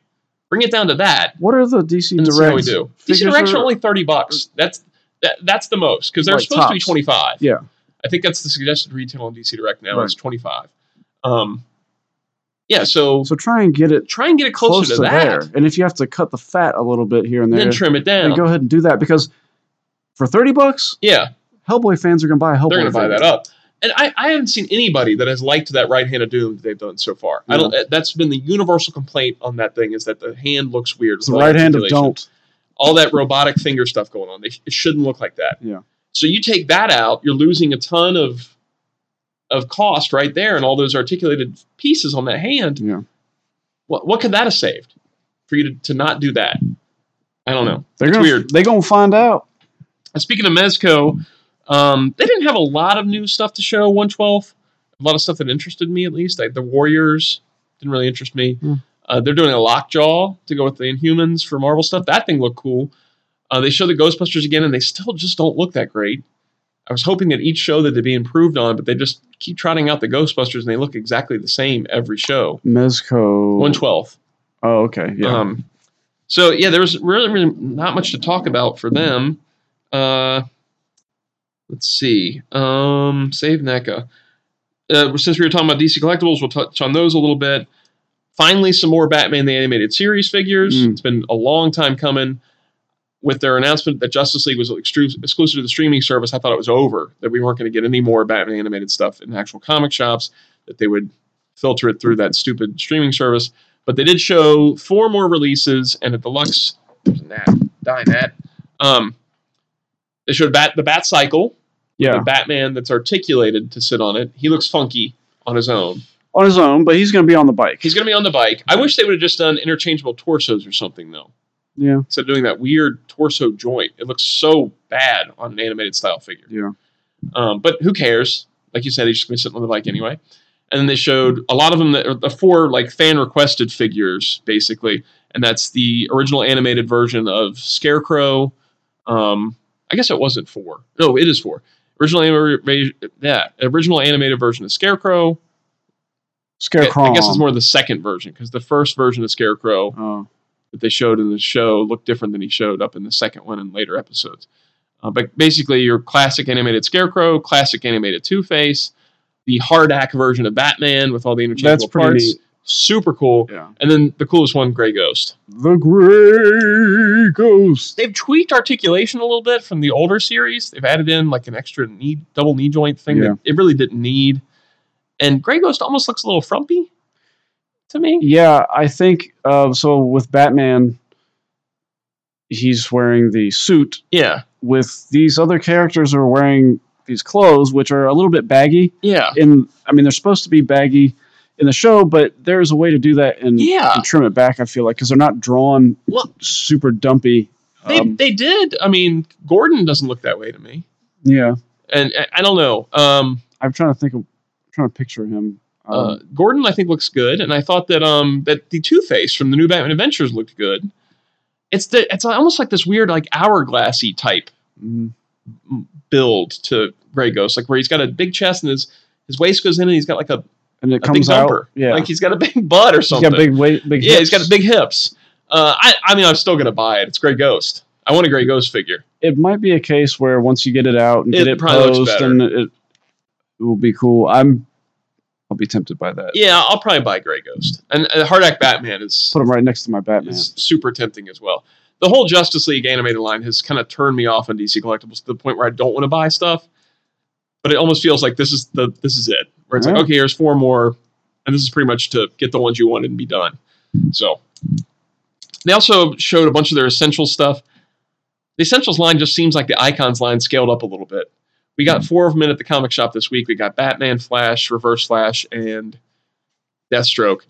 A: Bring it down to that,
B: What are the DC
A: and
B: directs?
A: see how we do. These
B: Figures
A: directs are
B: are-
A: only thirty bucks. That's that, that's the most because they're
B: Right,
A: supposed to be
B: tops.
A: twenty five.
B: Yeah.
A: I think that's the suggested retail on DC Direct now.
B: Right.
A: It's twenty five. Um, yeah. So,
B: So try and get it
A: try and get it closer
B: close
A: to,
B: to
A: that,
B: there. And if you have to cut the fat a little bit here and
A: and
B: there,
A: then trim it down.
B: then go ahead and do that because for thirty bucks,
A: yeah.
B: Hellboy fans are gonna buy a Hellboy.
A: they're going to buy
B: figure.
A: that up. And I, I haven't seen anybody that has liked that right hand of doom that they've done so far. I don't. eh, That's been the universal complaint on that thing is that the hand looks weird.
B: It's the
A: with all
B: right
A: that
B: hand of
A: articulation.
B: don't.
A: All that robotic finger stuff going on. They, it shouldn't look like that.
B: Yeah.
A: So you take that out, you're losing a ton of of cost right there, and all those articulated pieces on that hand.
B: Yeah.
A: What what could that have saved for you to, to not do that? I don't know.
B: They're
A: It's
B: gonna,
A: weird.
B: They're gonna find out.
A: And speaking of Mezco, um, they didn't have a lot of new stuff to show. One twelve, a lot of stuff that interested me at least. Like the Warriors didn't really interest me.
B: Hmm.
A: Uh, they're doing a Lockjaw to go with the Inhumans for Marvel stuff. That thing looked cool. Uh, they show the Ghostbusters again, and they still just don't look that great. I was hoping that each show that they'd be improved on, but they just keep trotting out the Ghostbusters, and they look exactly the same every show.
B: Mezco.
A: One twelve.
B: Oh, okay. Yeah.
A: Um, so yeah, there was really, really not much to talk about for them. Uh, let's see. Um, save NECA. Uh, since we were talking about DC collectibles, we'll touch on those a little bit. Finally, some more Batman the Animated Series figures.
B: Mm.
A: It's been a long time coming. With their announcement that Justice League was extru- exclusive to the streaming service, I thought it was over. That we weren't going to get any more Batman animated stuff in actual comic shops. That they would filter it through that stupid streaming service. But they did show four more releases and a deluxe. There's a gnat. Die, gnat. Um, they showed Bat, the Bat Cycle,
B: yeah.
A: the Batman that's articulated to sit on it. He looks funky on his own.
B: on his own, but he's going to be on the bike.
A: He's going to be on the bike. I wish they would have just done interchangeable torsos or something, though.
B: yeah,
A: Instead of doing that weird torso joint, it looks so bad on an animated style figure.
B: yeah.
A: Um, but who cares? Like you said, he's just going to sit on the bike anyway. And then they showed a lot of them that are the four like fan requested figures, basically. And that's the original animated version of Scarecrow. Um, I guess it wasn't four. No, it is four. Original animated, yeah, original animated version of Scarecrow. I-
B: Scarecrow.
A: I guess it's more the second version because the first version of Scarecrow
B: Oh,
A: that they showed in the show looked different than he showed up in the second one and later episodes. Uh, but basically, your classic animated Scarecrow, classic animated Two Face, the Hardak version of Batman with all the
B: that's
A: interchangeable
B: pretty
A: parts,
B: neat.
A: super cool.
B: Yeah.
A: And then the coolest one, Gray Ghost.
B: The Gray Ghost.
A: They've tweaked articulation a little bit from the older series. They've added in like an extra knee, double knee joint thing
B: Yeah.
A: that it really didn't need. And Gray Ghost almost looks a little frumpy to me.
B: Yeah, I think uh, so. With Batman, he's wearing the suit.
A: Yeah,
B: With these other characters, are wearing these clothes, which are a little bit baggy.
A: yeah,
B: In I mean, they're supposed to be baggy in the show, but there is a way to do that and,
A: yeah.
B: and trim it back. I feel like because they're not drawn
A: Well-
B: super dumpy.
A: They,
B: Um,
A: they did. I mean, Gordon doesn't look that way to me.
B: yeah,
A: and I, I don't know. Um,
B: I'm trying to think of, I'm trying to picture him. Um,
A: uh, Gordon, I think looks good, and I thought that um that the Two Face from the New Batman Adventures looked good. It's the it's almost like this weird like hourglassy type
B: mm,
A: build to Grey Ghost, like where he's got a big chest and his his waist goes in, and he's got like a,
B: and it
A: a big
B: comes out.
A: dumper,
B: Yeah,
A: like he's got a big butt or
B: he's
A: something.
B: got big weight. Big
A: yeah, he's
B: hips.
A: got big hips. Uh, I I mean, I'm still gonna buy it. It's Grey Ghost. I want a Grey Ghost figure.
B: It might be a case where once you get it out and
A: It
B: get it
A: probably looks
B: posed,
A: better.
B: and it, it will be cool. I'm, I'll be tempted by that.
A: Yeah, I'll probably buy Grey Ghost. And uh, Hardak Batman is
B: Put him right next to my Batman.
A: is super tempting as well. The whole Justice League animated line has kind of turned me off on DC collectibles to the point where I don't want to buy stuff. But it almost feels like this is the this is it. Where it's
B: Yeah.
A: like, okay, here's four more, and this is pretty much to get the ones you wanted and be done. So they also showed a bunch of their essential stuff. The essentials line just seems like the icons line scaled up a little bit. We got four of them in at the comic shop this week. We got Batman, Flash, Reverse Flash, and Deathstroke.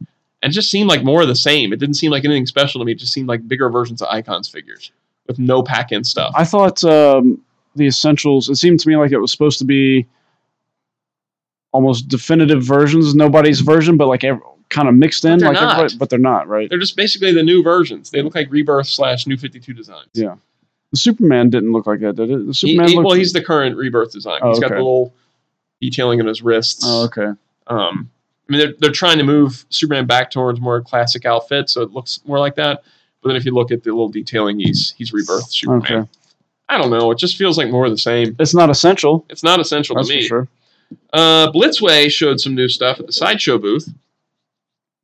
A: And it just seemed like more of the same. It didn't seem like anything special to me. It just seemed like bigger versions of Icons figures with no pack in stuff.
B: I thought um, the essentials. It seemed to me like it was supposed to be almost definitive versions, nobody's version, but like ev- kind of mixed in,
A: they're
B: like
A: not.
B: everybody- but they're not right.
A: They're just basically the new versions. They look like Rebirth slash New 52 designs.
B: Yeah. The Superman didn't look like that, did it?
A: He-
B: The Superman
A: he-
B: looked
A: well, he's the current Rebirth design.
B: Oh,
A: He's got
B: okay.
A: the little detailing in his wrists.
B: Oh, okay.
A: Um, I mean, they're, they're trying to move Superman back towards more classic outfit, so it looks more like that. But then if you look at the little detailing, he's he's rebirth Superman.
B: Okay.
A: I don't know. It just feels like more of the same.
B: It's not essential.
A: It's not essential
B: That's
A: to
B: for
A: me.
B: sure.
A: Uh, Blitzway showed some new stuff at the sideshow booth.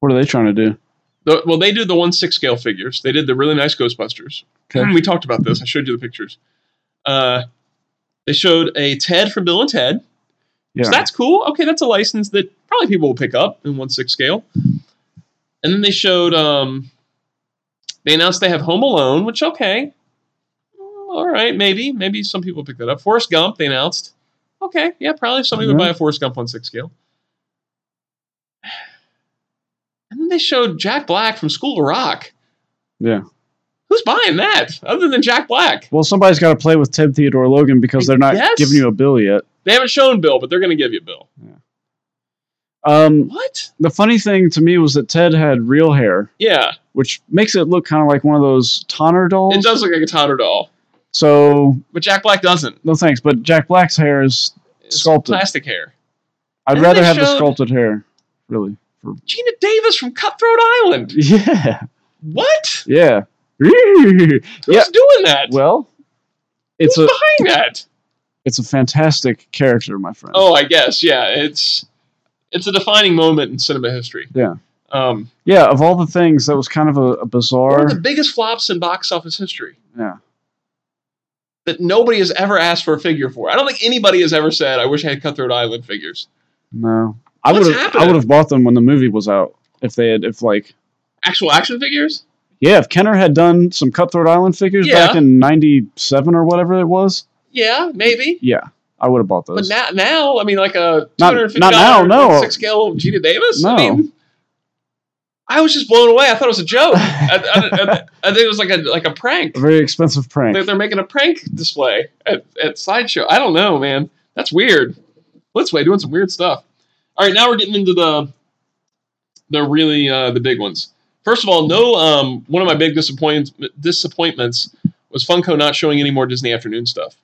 B: What are they trying to do?
A: The, well, they did the one six scale figures. They did the really nice Ghostbusters. Hmm,
B: Okay.
A: We talked about this. I showed you the pictures. Uh, they showed a Ted from Bill and Ted.
B: Yeah.
A: So that's cool. Okay, that's a license that probably people will pick up in one six scale. And then they showed um they announced they have Home Alone, which okay. Mm, All right, maybe. Maybe some people pick that up. Forrest Gump, they announced. Okay, yeah, probably somebody would
B: Yeah.
A: buy a Forrest Gump one six scale. And then they showed Jack Black from School of Rock.
B: Yeah.
A: Who's buying that other than Jack Black?
B: well, somebody's got to play with Ted Theodore Logan because they're not
A: Yes.
B: giving you a bill yet.
A: They haven't shown Bill, but they're going to give you Bill.
B: Um,
A: What?
B: the funny thing to me was that Ted had real hair,
A: Yeah,
B: which makes it look kind of like one of those Tonner dolls.
A: it does look like a Totter doll,
B: So
A: but Jack Black doesn't.
B: no thanks. But Jack Black's hair is.
A: It's
B: Sculpted.
A: plastic hair.
B: I'd
A: And
B: rather
A: they
B: have the
A: showed-
B: sculpted hair, really.
A: Gina Davis from Cutthroat Island.
B: Yeah.
A: What?
B: Yeah.
A: Who's
B: Yeah.
A: doing that?
B: Well, it's a
A: Who's buying that?
B: it's a fantastic character, my friend.
A: Oh, I guess. Yeah, it's it's a defining moment in cinema history.
B: Yeah.
A: Um,
B: Yeah, of all the things, that was kind of a, a
A: one
B: bizarre.
A: of the biggest flops in box office history
B: yeah,
A: that nobody has ever asked for a figure for. I don't think anybody has ever said, "I wish I had Cutthroat Island figures."
B: no, I
A: What's
B: would have I
A: happening?
B: would have bought them when the movie was out if they had if like
A: Actual action figures?
B: yeah if Kenner had done some Cutthroat Island figures
A: Yeah.
B: back in '97 or whatever it was,
A: Yeah, maybe.
B: yeah, I would have bought
A: But
B: those.
A: now, now, I mean, like a two
B: Not-
A: hundred fifty
B: not now,
A: dollars
B: no.
A: six scale Gina Davis. I
B: No.
A: mean, I was just blown away. I thought it was a joke. I, I, I, I think it was like a like a prank.
B: a very expensive prank.
A: They're, they're making a prank display at, at sideshow. I don't know, man. That's weird. Blitzway doing some weird stuff. All right, now we're getting into the the really uh, the big ones. First of all, no. Um, one of my big disappointments disappointments was Funko not showing any more Disney Afternoon stuff.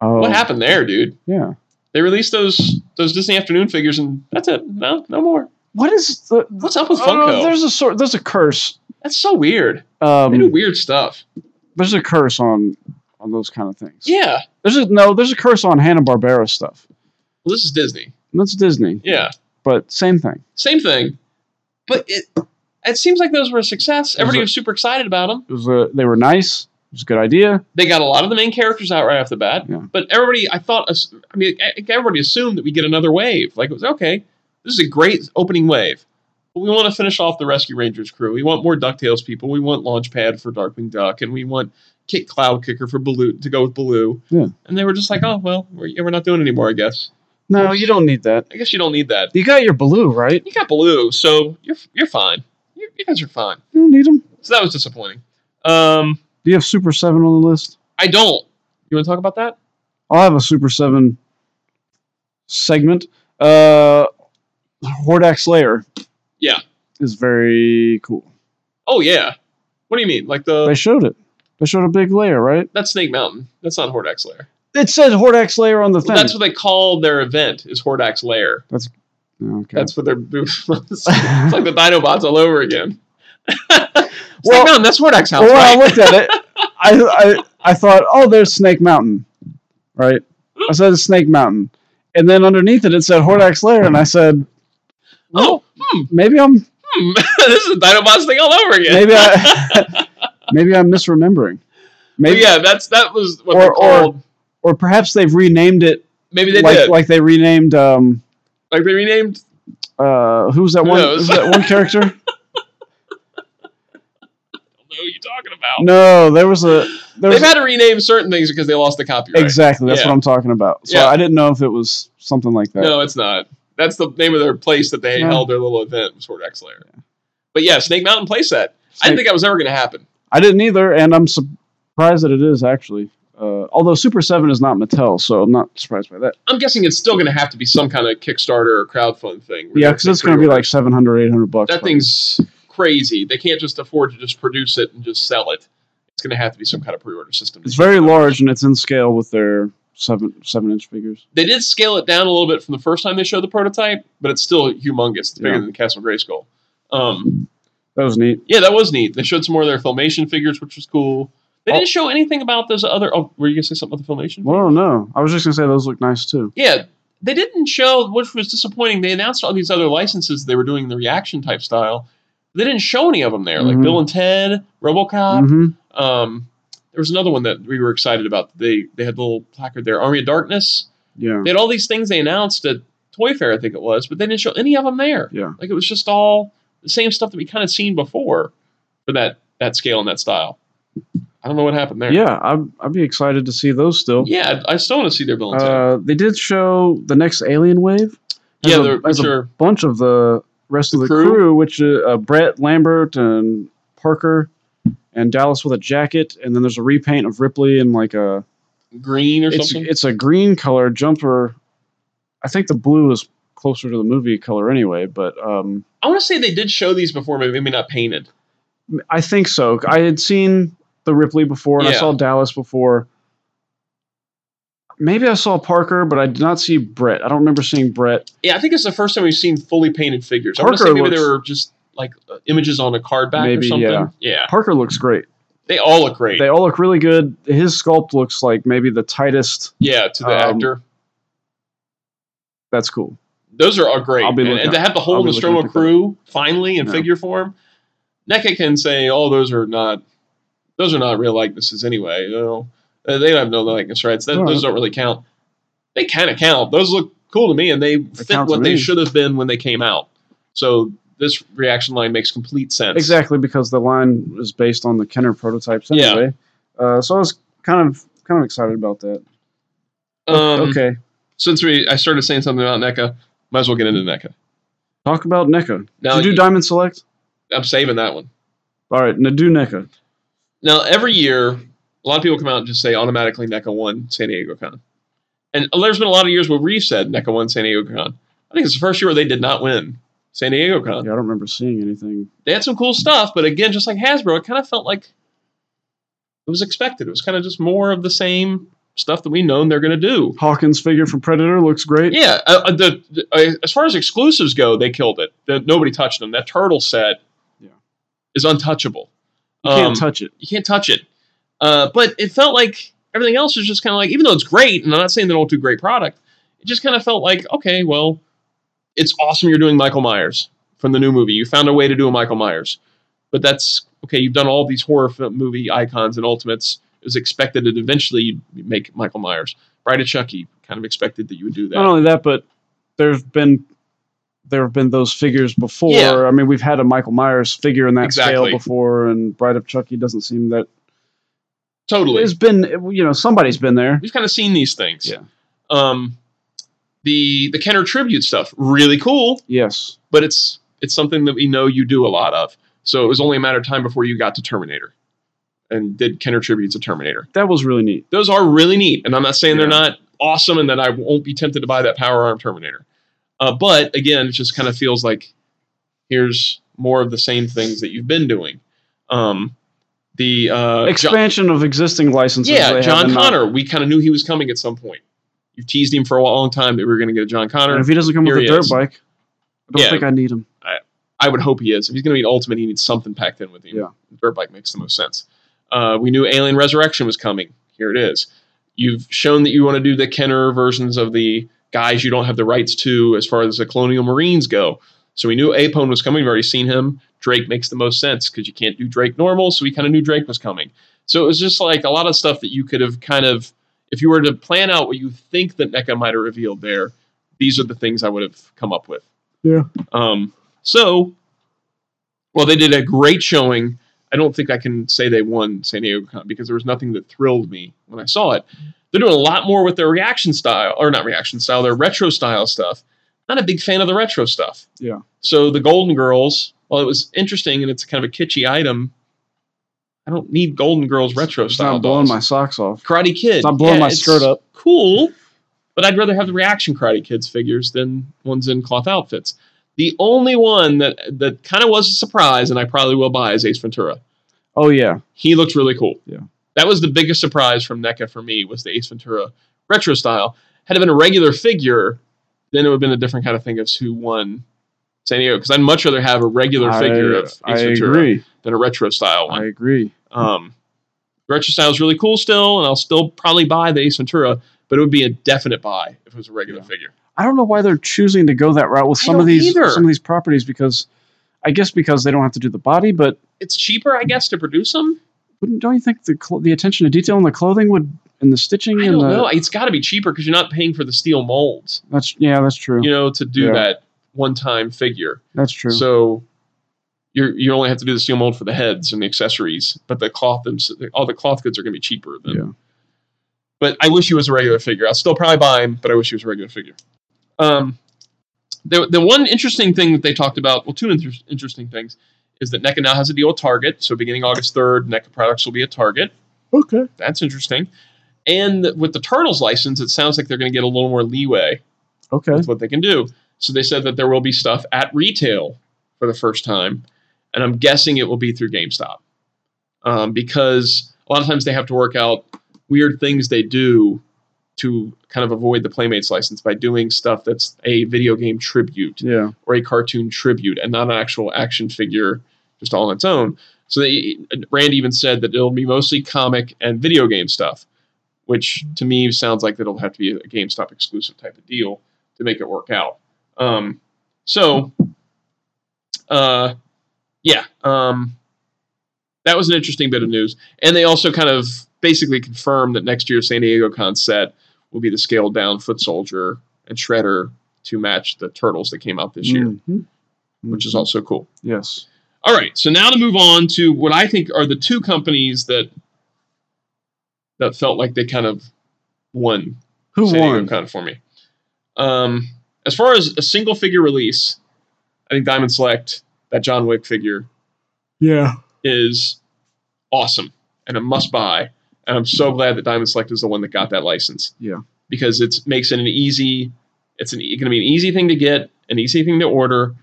B: oh,
A: What happened there, dude?
B: Yeah.
A: They released those those Disney Afternoon figures, and that's it. No, no more.
B: What is the?
A: What's up with
B: I don't know,
A: Funko?
B: Oh, there's a sort. There's a curse.
A: that's so weird. They do
B: Um,
A: weird stuff.
B: there's a curse on on those kind of things.
A: Yeah.
B: There's a no. There's a curse on Hanna Barbera stuff.
A: Well, this is Disney.
B: That's Disney,
A: Yeah.
B: but same thing.
A: same thing. But it it seems like those were a success. Everybody
B: it-
A: was super excited about them.
B: It was a, they were nice. It was a good idea.
A: They got a lot of the main characters out right off the bat.
B: Yeah.
A: But everybody, I thought, ass- I mean, I think everybody assumed that we get another wave. Like it was okay. This is a great opening wave. But we want to finish off the Rescue Rangers crew. We want more Ducktales people. We want Launchpad for Darkwing Duck, and we want Kick Cloud Kicker for Baloo to go with Baloo.
B: Yeah.
A: And they were just like, oh well, we're, yeah, we're not doing it anymore. I guess.
B: No, you don't need that.
A: I guess you don't need that.
B: You got your blue, right?
A: You got Baloo, so you're you're fine. You, you guys are fine.
B: You don't need them.
A: So that was disappointing. Um,
B: Do you have Super Seven on the list?
A: I don't. You want to talk about that?
B: I'll have a Super Seven segment. Uh, Hordak Slayer.
A: Yeah.
B: is very cool.
A: Oh yeah. What do you mean? Like the
B: They showed it. They showed a big layer, right?
A: that's Snake Mountain. That's not Hordak's Lair.
B: It said Hordak Slayer on the thing.
A: Well, that's what they call their event is Hordak's Lair.
B: okay.
A: That's what they're it's like the Dinobots all over again. Snake
B: Well-
A: Mountain. That's Hordak's house,
B: well,
A: right?
B: I looked at it. I, I I thought, oh, there's Snake Mountain, right? I said it's Snake Mountain, and then underneath it it said Hordak Slayer, and I said,
A: oh, hmm,
B: maybe I'm
A: hmm. this is the Dinobots thing all over again.
B: maybe I maybe I'm misremembering.
A: But
B: Maybe
A: yeah, that's that was what
B: Or-
A: they
B: or-
A: called.
B: or perhaps they've renamed it
A: maybe they
B: like
A: did. Like,
B: like they renamed um
A: they renamed.
B: uh who's that
A: Who
B: one
A: knows?
B: who's that one character?
A: I don't know who you're talking about.
B: No, there was a there
A: They've
B: was
A: had to rename certain things because they lost the copyright.
B: exactly that's
A: Yeah.
B: what I'm talking about. So
A: Yeah.
B: I didn't know if it was something like that.
A: No, it's not. That's the name of their place that they
B: No.
A: held their little event, was Hordax Lair. But yeah, Snake Mountain playset. I didn't think that was ever going to happen.
B: I didn't either, and I'm surprised that it is actually. Uh, although Super Seven is not Mattel, so I'm not surprised by that.
A: I'm guessing it's still going to have to be some kind of Kickstarter or crowdfund thing.
B: Yeah, because it's going to be like 700, 800 bucks.
A: that
B: probably.
A: thing's crazy. They can't just afford to just produce it and just sell it. It's going to have to be some kind of pre-order system.
B: It's very large and it's in scale with their seven seven inch figures.
A: They did scale it down a little bit from the first time they showed the prototype, but it's still humongous. It's bigger
B: Yeah.
A: than the Castle Grayskull. Um,
B: That was neat.
A: yeah, that was neat. They showed some more of their filmation figures, which was cool. They
B: Oh.
A: didn't show anything about those other. Oh, were you going to say something about the filmation?
B: Well, no, I was just gonna say those look nice too.
A: yeah, they didn't show, which was disappointing. They announced all these other licenses they were doing the reaction type style. They didn't show any of them there, like
B: Mhm.
A: Bill and Ted, RoboCop.
B: hmm
A: Um, there was another one that we were excited about. They they had a little placard there, Army of Darkness.
B: Yeah,
A: They had all these things they announced at Toy Fair, I think it was, but they didn't show any of them there.
B: yeah.
A: Like it was just all the same stuff that we kind of seen before for that that scale and that style. I don't know what happened there.
B: Yeah, I'd, I'd be excited to see those still.
A: yeah. I I still want to see their Bill and Ted.
B: Uh, they did show the next Alien Wave. Has
A: yeah,
B: a-
A: they're,
B: has
A: which
B: a
A: are-
B: bunch of the rest of
A: The
B: the
A: crew?
B: crew, which uh, uh, Brett Lambert and Parker and Dallas with a jacket, and then there's a repaint of Ripley in like a
A: green or
B: it's
A: something.
B: it's a green color jumper. I think the blue is closer to the movie color anyway, but um,
A: I want to say they did show these before, but maybe not painted.
B: I think so. I had seen the Ripley before, and
A: Yeah.
B: I saw Dallas before. Maybe I saw Parker, but I did not see Brett. I don't remember seeing Brett.
A: Yeah, I think it's the first time we've seen fully painted figures. I want to
B: Parker
A: say maybe they
B: looks-
A: were just like uh, images on a card back or
B: Maybe,
A: something.
B: yeah. Parker looks great.
A: they all look great.
B: They all look really good. His sculpt looks like maybe the tightest.
A: yeah, to the
B: um,
A: actor,
B: That's cool.
A: those are, are great.
B: I'll be
A: and,
B: looking
A: and to have the
B: I'll
A: whole
B: be looking
A: Nostromo
B: to pick that
A: crew finally in
B: Yeah.
A: figure form, NECA can say, "Oh, those are not, those are not real likenesses anyway." You know, Uh, they have no likeness rights. That,
B: No.
A: Those don't really count. They kind of count. Those look cool to me, and they, fit
B: count to
A: what they
B: me.
A: should have been when they came out. So this reaction line makes complete sense.
B: Exactly because the line is based on the Kenner prototypes
A: Yeah.
B: anyway. Uh, so I was kind of kind of excited about that.
A: Um,
B: okay,
A: Since we, I started saying something about NECA, might as well get into NECA.
B: talk about NECA.
A: Now
B: Did you do Diamond Select?
A: I'm saving that one.
B: All right, now do NECA.
A: Uh-huh. Now every year, a lot of people come out and just say automatically E NECA won San Diego Con, and there's been a lot of years where we've said E NECA won San Diego Con. I think it's the first year where they did not win San Diego
B: Yeah, I
A: Con.
B: don't remember seeing anything.
A: They had some cool stuff, but again, just like Hasbro, it kind of felt like it was expected. It was kind of just more of the same stuff that we known they're going to do.
B: Hawkins figure from Predator looks great.
A: Yeah, uh, uh, the, the- uh, as far as exclusives go, they killed it. The, nobody touched them. That turtle set
B: Yeah.
A: is untouchable.
B: You can't
A: Um,
B: touch it.
A: you can't touch it. Uh, but it felt like everything else was just kind of like, even though it's great, and I'm not saying they don't do great product, it just kind of felt like, okay, well, it's awesome you're doing Michael Myers from the new movie. You found a way to do a Michael Myers. But that's okay, you've done all these horror film movie icons and ultimates. It was expected that eventually you'd make Michael Myers. Bride of Chucky, kind of expected that you would do that.
B: Not only that, but there have been there have been those figures before.
A: Yeah.
B: I mean, we've had a Michael Myers figure in that
A: Exactly.
B: scale before, and Bride of Chucky doesn't seem that.
A: Totally.
B: It's been you know somebody's been there.
A: We've kind of seen these things.
B: Yeah.
A: Um, the the Kenner tribute stuff, really cool,
B: Yes,
A: but it's it's something that we know you do a lot of. So it was only a matter of time before you got to Terminator and did Kenner tributes to Terminator.
B: that was really neat.
A: Those are really neat, and I'm not saying they're
B: Yeah.
A: not awesome and that I won't be tempted to buy that power arm Terminator. Uh, but again, it just kind of feels like here's more of the same things that you've been doing. Um, the uh, Jo-
B: Expansion of existing licenses. they
A: yeah,
B: have
A: John
B: and not-
A: Connor. We kind of knew he was coming at some point. You teased him for a long time that we were going to get a John
B: And
A: Connor.
B: if he doesn't come
A: Here
B: with a
A: he
B: dirt
A: is.
B: bike, I don't
A: Yeah.
B: think I need him.
A: I would hope he is. If he's going to be an ultimate, he needs something packed in with him.
B: Yeah.
A: Dirt bike makes the most sense. Uh, we knew Alien Resurrection was coming. Here it is. You've shown that you want to do the Kenner versions of the guys you don't have the rights to as far as the Colonial Marines go. So we knew Apone was coming. We've already seen him. Drake makes the most sense because you can't do Drake normal. So we kind of knew Drake was coming. So it was just like a lot of stuff that you could have kind of, if you were to plan out what you think that NECA might have revealed there, these are the things I would have come up with.
B: Yeah.
A: Um, so, well, they did a great showing. I don't think I can say they won San Diego Con because there was nothing that thrilled me when I saw it. They're doing a lot more with their reaction style, or not reaction style, their retro style stuff. Not a big fan of the retro stuff.
B: Yeah.
A: So the Golden Girls well, it was interesting and it's kind of a kitschy item. I don't need Golden Girls retro
B: It's
A: style.
B: not blowing
A: dolls.
B: my socks off.
A: Karate Kid.
B: It's not blowing
A: Yeah,
B: my
A: it's
B: skirt up.
A: Cool, but I'd rather have the reaction Karate Kids figures than ones in cloth outfits. The only one that that kind of was a surprise, and I probably will buy, is Ace Ventura.
B: Oh yeah,
A: He looked really cool.
B: Yeah.
A: that was the biggest surprise from NECA for me was the Ace Ventura retro style. Had it been a regular figure, then it would have been a different kind of thing of who won San Diego. Because I'd much rather have a regular figure
B: I,
A: of Ace
B: I
A: Ventura
B: agree.
A: than a retro style one.
B: I agree.
A: Um, retro style is really cool still, and I'll still probably buy the Ace Ventura, but it would be a definite buy if it was a regular
B: Yeah.
A: figure.
B: I don't know why they're choosing to go that route with
A: I
B: some of
A: don't
B: these
A: either.
B: some of these properties because I guess because they don't have to do the body, but
A: It's cheaper, I guess, to produce them.
B: wouldn't don't you think the cl- the attention to detail in the clothing would and the stitching
A: I
B: and
A: don't
B: the
A: know. It's got to be cheaper because you're not paying for the steel molds,
B: that's yeah that's true
A: you know, to do
B: Yeah.
A: that one-time figure.
B: that's true
A: So you you only have to do the steel mold for the heads and the accessories, but the cloth and all the cloth goods are going to be cheaper than.
B: yeah
A: But I wish he was a regular figure. I'll still probably buy him, but I wish he was a regular figure. Um, the the one interesting thing that they talked about, well, two inter- interesting things, is that NECA now has a deal with Target. So beginning August third, NECA products will be at Target.
B: okay
A: That's interesting. And with the Turtles license, it sounds like they're going to get a little more leeway
B: okay
A: with what they can do. So they said that there will be stuff at retail for the first time, and I'm guessing it will be through GameStop um, because a lot of times they have to work out weird things they do to kind of avoid the Playmates license by doing stuff that's a video game tribute
B: yeah
A: or a cartoon tribute and not an actual action figure just all on its own. So they, Rand even said that it'll be mostly comic and video game stuff, which to me sounds like it'll have to be a GameStop exclusive type of deal to make it work out. Um, so, uh, yeah, um, that was an interesting bit of news. And they also kind of basically confirmed that next year's San Diego Con set will be the scaled down Foot Soldier and Shredder to match the Turtles that came out this year,
B: Mhm.
A: which is also cool.
B: yes
A: All right, so now to move on to what I think are the two companies that that felt like they kind of won
B: who
A: San Diego
B: won
A: Con for me. Um, as far as a single figure release, I think Diamond Select that John Wick figure
B: yeah
A: is awesome and a must buy. And I'm so glad that Diamond Select is the one that got that license.
B: Yeah.
A: Because it makes it an easy, it's an, going to be an easy thing to get, an easy thing to order.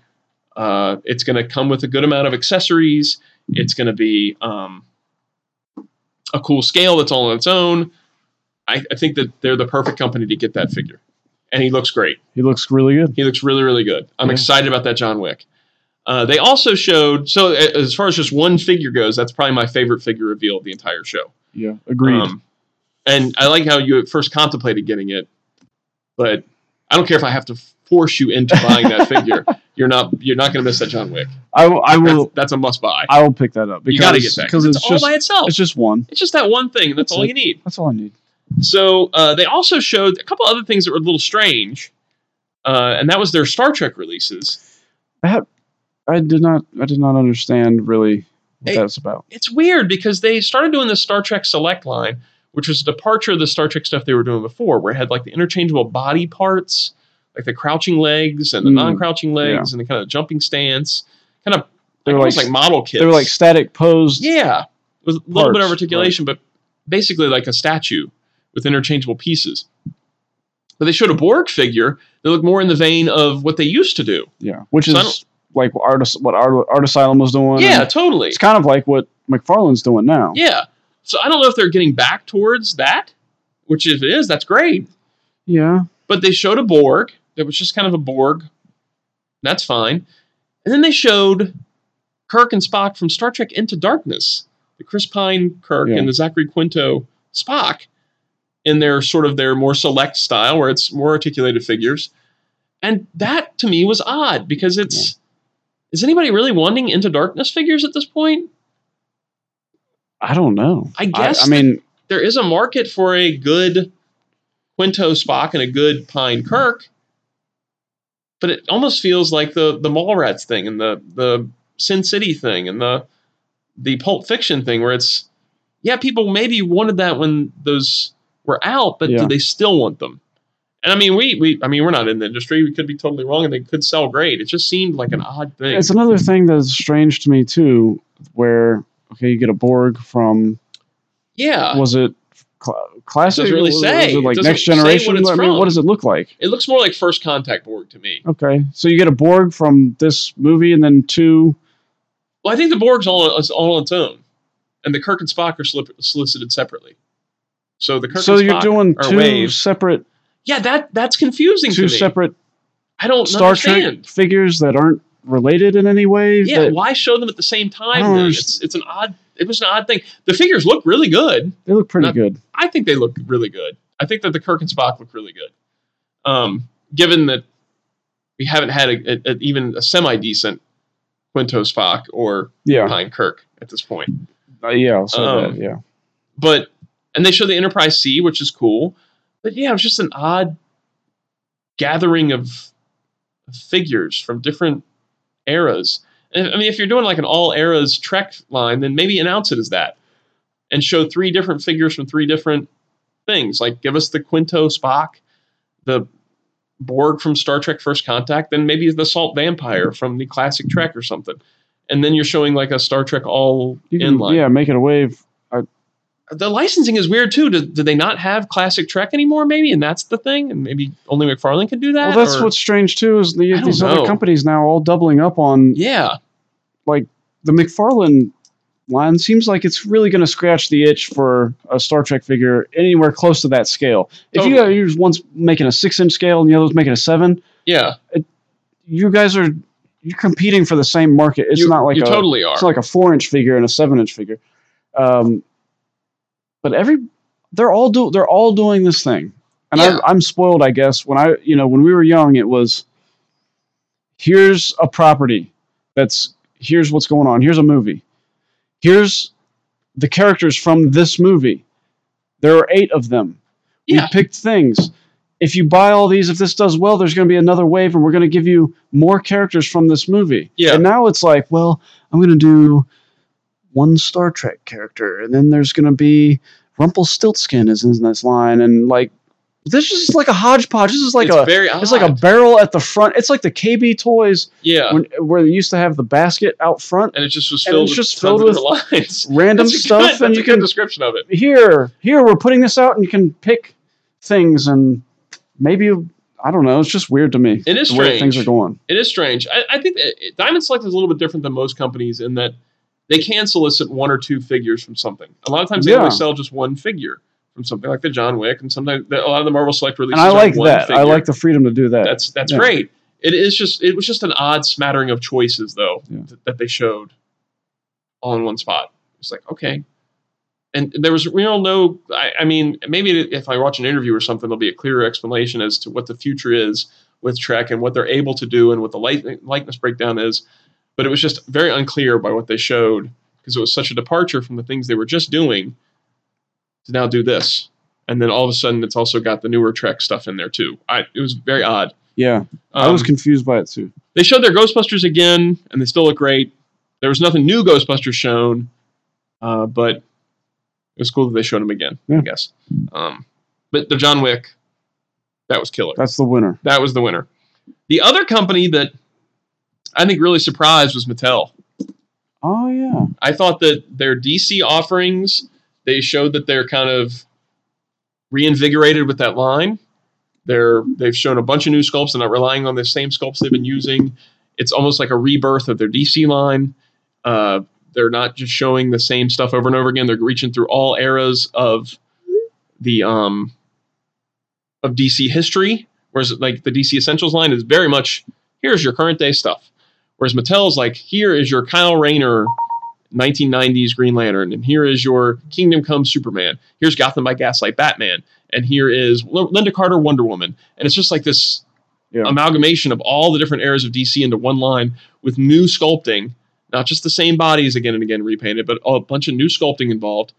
A: Uh, it's going to come with a good amount of accessories. It's going to be um, a cool scale that's all on its own. I, I think that they're the perfect company to get that figure. And he looks great.
B: he looks really good
A: He looks really, really good. I'm
B: Yeah.
A: excited about that John Wick. Uh, they also showed so a- as far as just one figure goes, that's probably my favorite figure reveal of the entire show.
B: yeah agreed
A: Um, and I like how you at first contemplated getting it, but I don't care if I have to force you into buying that figure. You're not you're not going to miss that John Wick.
B: I will I
A: That's,
B: will
A: that's a must buy.
B: I will pick that up because
A: you got to get that
B: because
A: it's,
B: it's,
A: all
B: just
A: by itself.
B: it's
A: It's,
B: just one
A: just that one thing. and That's,
B: That's
A: all
B: it.
A: you need.
B: that's all I need
A: So uh, they also showed a couple other things that were a little strange, uh, and that was their Star Trek releases.
B: that I did not I did not understand really what
A: Hey.
B: that's about
A: it's weird because they started doing the Star Trek Select line, which was a departure of the Star Trek stuff they were doing before, where it had like the interchangeable body parts, like the crouching legs and the
B: Mm,
A: non-crouching legs and the kind of jumping stance, kind of
B: They
A: like,
B: were
A: almost
B: like-
A: like model kits.
B: they were like static posed
A: yeah, with a little bit
B: parts,
A: of articulation, but basically like a statue with interchangeable pieces. But they showed a Borg figure that looked more in the vein of what they used to do.
B: Yeah, which
A: So I
B: is like what Artis what Art, Art Asylum was doing.
A: yeah,
B: and
A: totally.
B: it's kind of like what McFarlane's doing now.
A: Yeah. So I don't know if they're getting back towards that, which if it is, that's great.
B: Yeah,
A: But they showed a Borg that was just kind of a Borg. That's fine. And then they showed Kirk and Spock from Star Trek Into Darkness, the Chris Pine Kirk
B: Yeah.
A: and the Zachary Quinto Spock in their sort of their more select style where it's more articulated figures. And that to me was odd because it's is anybody really wanting Into Darkness figures at this point?
B: I don't know.
A: I guess
B: I, mean,
A: There is a market for a good Quinto Spock and a good Pine Kirk. but it almost feels like the the Mallrats thing and the the Sin City thing and the the Pulp Fiction thing, where it's yeah, people maybe wanted that when those were out, but
B: Yeah.
A: do they still want them? And I mean, we, we I mean, we're not in the industry. We could be totally wrong, and they could sell great. It just seemed like an odd thing.
B: It's another thing that's strange to me too, where okay, you get a Borg from
A: yeah,
B: was it cl- classic?
A: really
B: was it- was
A: say.
B: it
A: It
B: like
A: Uh, doesn't
B: next
A: say what
B: generation?
A: it's
B: I mean,
A: from.
B: what does it look like?
A: it looks more like first contact Borg to me.
B: Okay, so you get a Borg from this movie, and then two.
A: Well, I think the Borg's all is all on its own, and the Kirk and Spock are slip, solicited separately. So the Kirk
B: so
A: and
B: you're
A: Spock
B: doing
A: are
B: two
A: waves.
B: separate,
A: Yeah, that that's confusing to
B: two
A: me.
B: separate
A: I don't
B: Star
A: understand.
B: Trek figures that aren't related in any way.
A: Yeah,
B: that-
A: why show them at the same
B: I
A: time?
B: don't
A: Then?
B: underst-
A: It's it's an odd. It was an odd thing. The figures look really good.
B: they look pretty
A: Not-
B: good.
A: I think they look really good. I think that the Kirk and Spock look really good. Um, given that we haven't had a, a, a- even a semi decent Quinto Spock or
B: Yeah,
A: Pine Kirk at this point,
B: Uh, yeah, I'll say
A: Um,
B: that, yeah.
A: but and they show the Enterprise C, which is cool. But yeah, it was just an odd gathering of figures from different eras. And I mean, if you're doing like an all eras Trek line, then maybe announce it as that and show three different figures from three different things. Like give us the Quinto Spock, the Borg from Star Trek First Contact, then maybe the Salt Vampire from the classic Trek or something. And then you're showing like a Star Trek all
B: You
A: in
B: can,
A: line
B: yeah, make it a wave.
A: the licensing is weird too. Do, do they not have classic Trek anymore? Maybe, and that's the thing. And maybe only McFarlane can do that.
B: Well, that's
A: or-
B: what's strange too is the,
A: I don't
B: these
A: know.
B: other companies now all doubling up on
A: Yeah,
B: the McFarlane line. Seems like it's really going to scratch the itch for a Star Trek figure anywhere close to that scale. If you
A: Totally.
B: guys one's making a six inch scale and the other's making a seven,
A: yeah.
B: you guys are you're competing for the same market. It's
A: you,
B: not like
A: you
B: a,
A: totally are.
B: it's not like a four inch figure and a seven inch figure. Um, but every they're all do they're all doing this thing, and
A: Yeah.
B: I, I'm spoiled, I guess. When I you know when we were young, it was here's a property that's here's what's going on. Here's a movie. Here's the characters from this movie. There are eight of them.
A: yeah,
B: We picked things. If you buy all these, if this does well, there's going to be another wave, and we're going to give you more characters from this movie.
A: Yeah.
B: And now it's like, well, I'm going to do one Star Trek character, and then there's going to be Rumpelstiltskin is in this line, and like this is like a hodgepodge. This is like
A: it's
B: a
A: very
B: it's like a
A: odd.
B: barrel at the front. It's like the KB toys
A: yeah,
B: when, where they used to have the basket out front,
A: and it just was
B: and
A: filled
B: it's
A: with
B: just
A: tons
B: filled
A: of different lines.
B: random
A: That's a
B: stuff,
A: good,
B: and
A: that's
B: you
A: a good
B: can
A: description of it.
B: here, here, we're putting this out, and you can pick things, and maybe I don't know. It's just weird to me.
A: It is
B: the way things
A: strange.
B: are going.
A: It is strange. I, I think that it- Diamond Select is a little bit different than most companies in that they can solicit one or two figures from something. A lot of times they
B: Yeah.
A: only sell just one figure from something, like the John Wick, and sometimes the, a lot of the Marvel Select releases.
B: And I
A: are
B: like
A: one
B: that. I
A: figure.
B: like the freedom to do that.
A: that's that's
B: Yeah.
A: great. It is just it was just an odd smattering of choices though
B: Yeah.
A: th- that they showed all in one spot. It's like okay, and there was real no. I, I mean, maybe if I watch an interview or something, there'll be a clearer explanation as to what the future is with Trek and what they're able to do and what the light, likeness breakdown is. But it was just very unclear by what they showed because it was such a departure from the things they were just doing to now do this. And then all of a sudden, it's also got the newer Trek stuff in there too. I, it was very odd.
B: yeah, I
A: Um,
B: was confused by it too.
A: they showed their Ghostbusters again, and they still look great. There was nothing new Ghostbusters shown, uh, but it was cool that they showed them again.
B: Yeah.
A: I guess. Um, but the John Wick, that was killer.
B: That's the winner.
A: That was the winner. The other company that I think really surprised was Mattel.
B: Oh yeah,
A: I thought that their DC offerings, they showed that they're kind of reinvigorated with that line. They're they've shown a bunch of new sculpts. They're not relying on the same sculpts they've been using. It's almost like a rebirth of their DC line. Uh, they're not just showing the same stuff over and over again. They're reaching through all eras of the um of DC history. Whereas like the DC Essentials line is very much here's your current day stuff. Whereas Mattel's like here is your Kyle Rayner 1990s Green Lantern, and here is your Kingdom Come Superman. Here's Gotham by Gaslight Batman, and here is L- Linda Carter Wonder Woman. And it's just like this
B: Yeah.
A: Um, amalgamation of all the different eras of DC into one line with new sculpting, not just the same bodies again and again repainted, but a bunch of new sculpting involved.